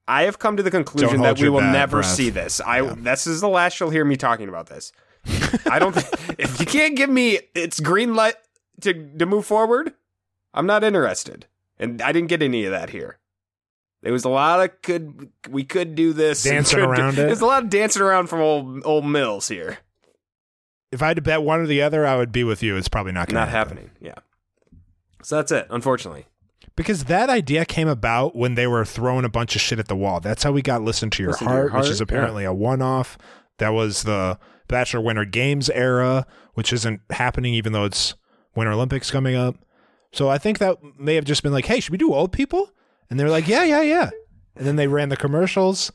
Speaker 2: I have come to the conclusion
Speaker 1: Don't
Speaker 2: that
Speaker 1: hold
Speaker 2: we
Speaker 1: your
Speaker 2: will
Speaker 1: bad
Speaker 2: never
Speaker 1: breath.
Speaker 2: see this. I this is the last you'll hear me talking about this. I don't. if you can't give me it's green light to to move forward, I'm not interested. And I didn't get any of that here. There was a lot of could we could do this and
Speaker 1: Dancing
Speaker 2: could do-
Speaker 1: around it.
Speaker 2: There's a lot of dancing around from old old Mills here.
Speaker 1: If I had to bet one or the other, I would be with you. It's probably not going to
Speaker 2: Not happening. Yeah. So that's it. Unfortunately.
Speaker 1: Because that idea came about when they were throwing a bunch of shit at the wall. That's how we got Listen to Your,
Speaker 2: Listen to
Speaker 1: heart,
Speaker 2: Your Heart,
Speaker 1: which is apparently a one off. That was the Bachelor Winter Games era, which isn't happening even though it's Winter Olympics coming up. So I think that may have just been like, hey, should we do old people? And they were like, yeah, yeah, yeah. And then they ran the commercials.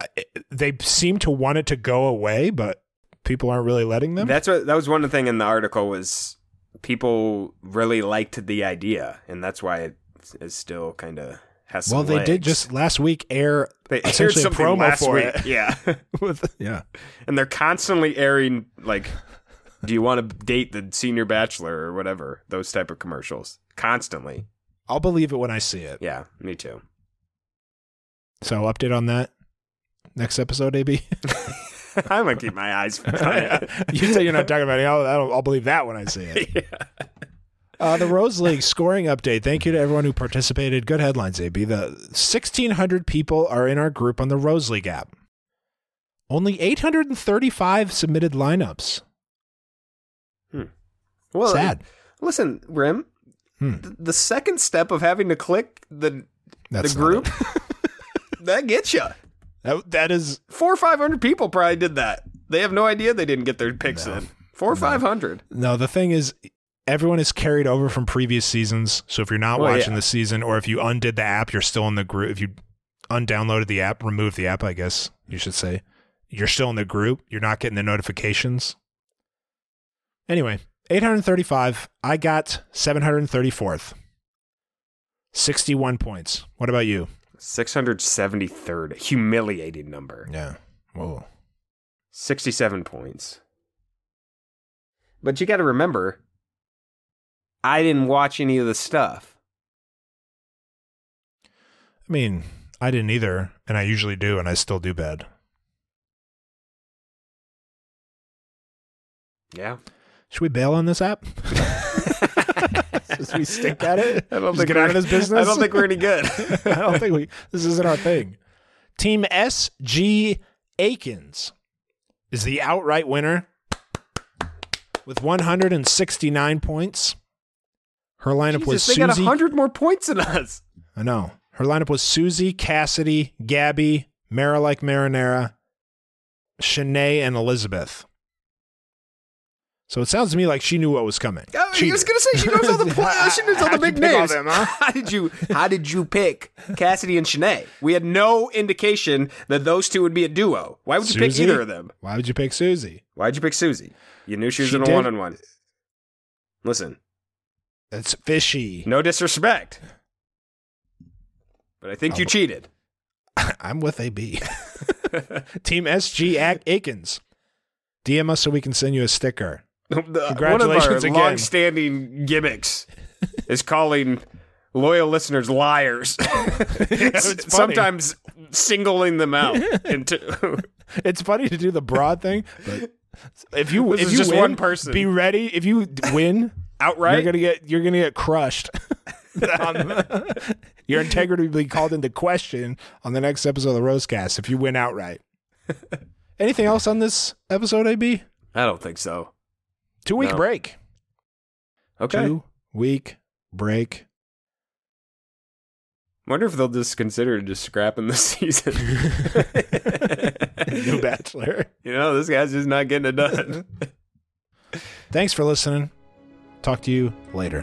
Speaker 1: I- They seem to want it to go away, but people aren't really letting them.
Speaker 2: That's what that was one thing in the article was people really liked the idea, and that's why it is still kind of has. Some
Speaker 1: well, they did
Speaker 2: legs.
Speaker 1: just last week air
Speaker 2: they aired
Speaker 1: essentially a
Speaker 2: something
Speaker 1: promo
Speaker 2: last
Speaker 1: for
Speaker 2: week.
Speaker 1: it.
Speaker 2: Yeah,
Speaker 1: With- yeah.
Speaker 2: and they're constantly airing like, "Do you want to date the senior bachelor or whatever?" Those type of commercials constantly.
Speaker 1: I'll believe it when I see it.
Speaker 2: Yeah, me too.
Speaker 1: So update on that next episode, AB.
Speaker 2: I'm gonna keep my eyes.
Speaker 1: you say you're not talking about it. I'll, I'll, I'll believe that when I see it. Uh, the Rose League scoring update. Thank you to everyone who participated. Good headlines, AB. The 1,600 people are in our group on the Rose League app. Only 835 submitted lineups.
Speaker 2: Well,
Speaker 1: Sad.
Speaker 2: Listen, Rim,
Speaker 1: Hmm.
Speaker 2: th- the second step of having to click the
Speaker 1: That's
Speaker 2: the
Speaker 1: not
Speaker 2: group
Speaker 1: it.
Speaker 2: that gets you
Speaker 1: That, that is
Speaker 2: four or five hundred people probably did that. They have no idea they didn't get their picks in. Four or five hundred.
Speaker 1: No, the thing is, everyone is carried over from previous seasons. So if you're not
Speaker 2: Well,
Speaker 1: watching
Speaker 2: yeah.
Speaker 1: the season, or if you undid the app, you're still in the group. If you undownloaded the app, removed the app, I guess you should say, you're still in the group. You're not getting the notifications. Anyway, 835. I got 734th. 61 points. What about you?
Speaker 2: Six hundred seventy third. Humiliating number.
Speaker 1: Yeah. Whoa.
Speaker 2: Sixty seven points. But you got to remember, I didn't watch any of the stuff.
Speaker 1: I mean, I didn't either, and I usually do, and I still do bad.
Speaker 2: Yeah.
Speaker 1: Should we bail on this app? Since we stink at it,
Speaker 2: I don't
Speaker 1: Just
Speaker 2: think
Speaker 1: get
Speaker 2: we're-
Speaker 1: out of this business.
Speaker 2: I don't think we're any good.
Speaker 1: I don't think we. This isn't our thing. Team S G Akins is the outright winner with 169 points. Her lineup was
Speaker 2: Jesus, they
Speaker 1: Susie.
Speaker 2: got hundred more points than us.
Speaker 1: I know. Her lineup was Susie, Cassidy, Gabby, Mara like Marinara, Shanae, and Elizabeth. So it sounds to me like she knew what was coming.
Speaker 2: Oh, I was
Speaker 1: Cheater.
Speaker 2: gonna say she knows all the pla- uh, she knows all the
Speaker 1: How'd you
Speaker 2: big
Speaker 1: pick all
Speaker 2: names.
Speaker 1: them, huh?
Speaker 2: How did you How did you pick Cassidy and Shanae? We had no indication that those two would be a duo. Why would you pick
Speaker 1: Susie?
Speaker 2: either of them?
Speaker 1: Why would you pick Susie?
Speaker 2: Why'd you pick Susie? You knew she was
Speaker 1: She
Speaker 2: in a
Speaker 1: did-
Speaker 2: one on one. Listen,
Speaker 1: That's fishy.
Speaker 2: No disrespect. But I think
Speaker 1: Oh.
Speaker 2: you cheated.
Speaker 1: I'm with AB. Team SG Ac- Akins. DM us so we can send you a sticker.
Speaker 2: One of our
Speaker 1: Congratulations again.
Speaker 2: long-standing gimmicks is calling loyal listeners liars.
Speaker 1: funny.
Speaker 2: Sometimes singling them out. Into
Speaker 1: It's funny to do the broad thing, but if you
Speaker 2: This
Speaker 1: if
Speaker 2: is
Speaker 1: you
Speaker 2: just
Speaker 1: win,
Speaker 2: one person.
Speaker 1: be ready. If you win, you're
Speaker 2: outright.
Speaker 1: gonna get you're gonna get crushed. Your integrity will be called into question on the next episode of the Rosecast if you win outright. Anything else on this episode, AB?
Speaker 2: I don't think so.
Speaker 1: Two week
Speaker 2: No.
Speaker 1: break.
Speaker 2: Okay.
Speaker 1: Two week break.
Speaker 2: Wonder if they'll just consider just scrapping the season.
Speaker 1: New Bachelor.
Speaker 2: you know, this guy's just not getting it done.
Speaker 1: Thanks for listening. Talk to you later.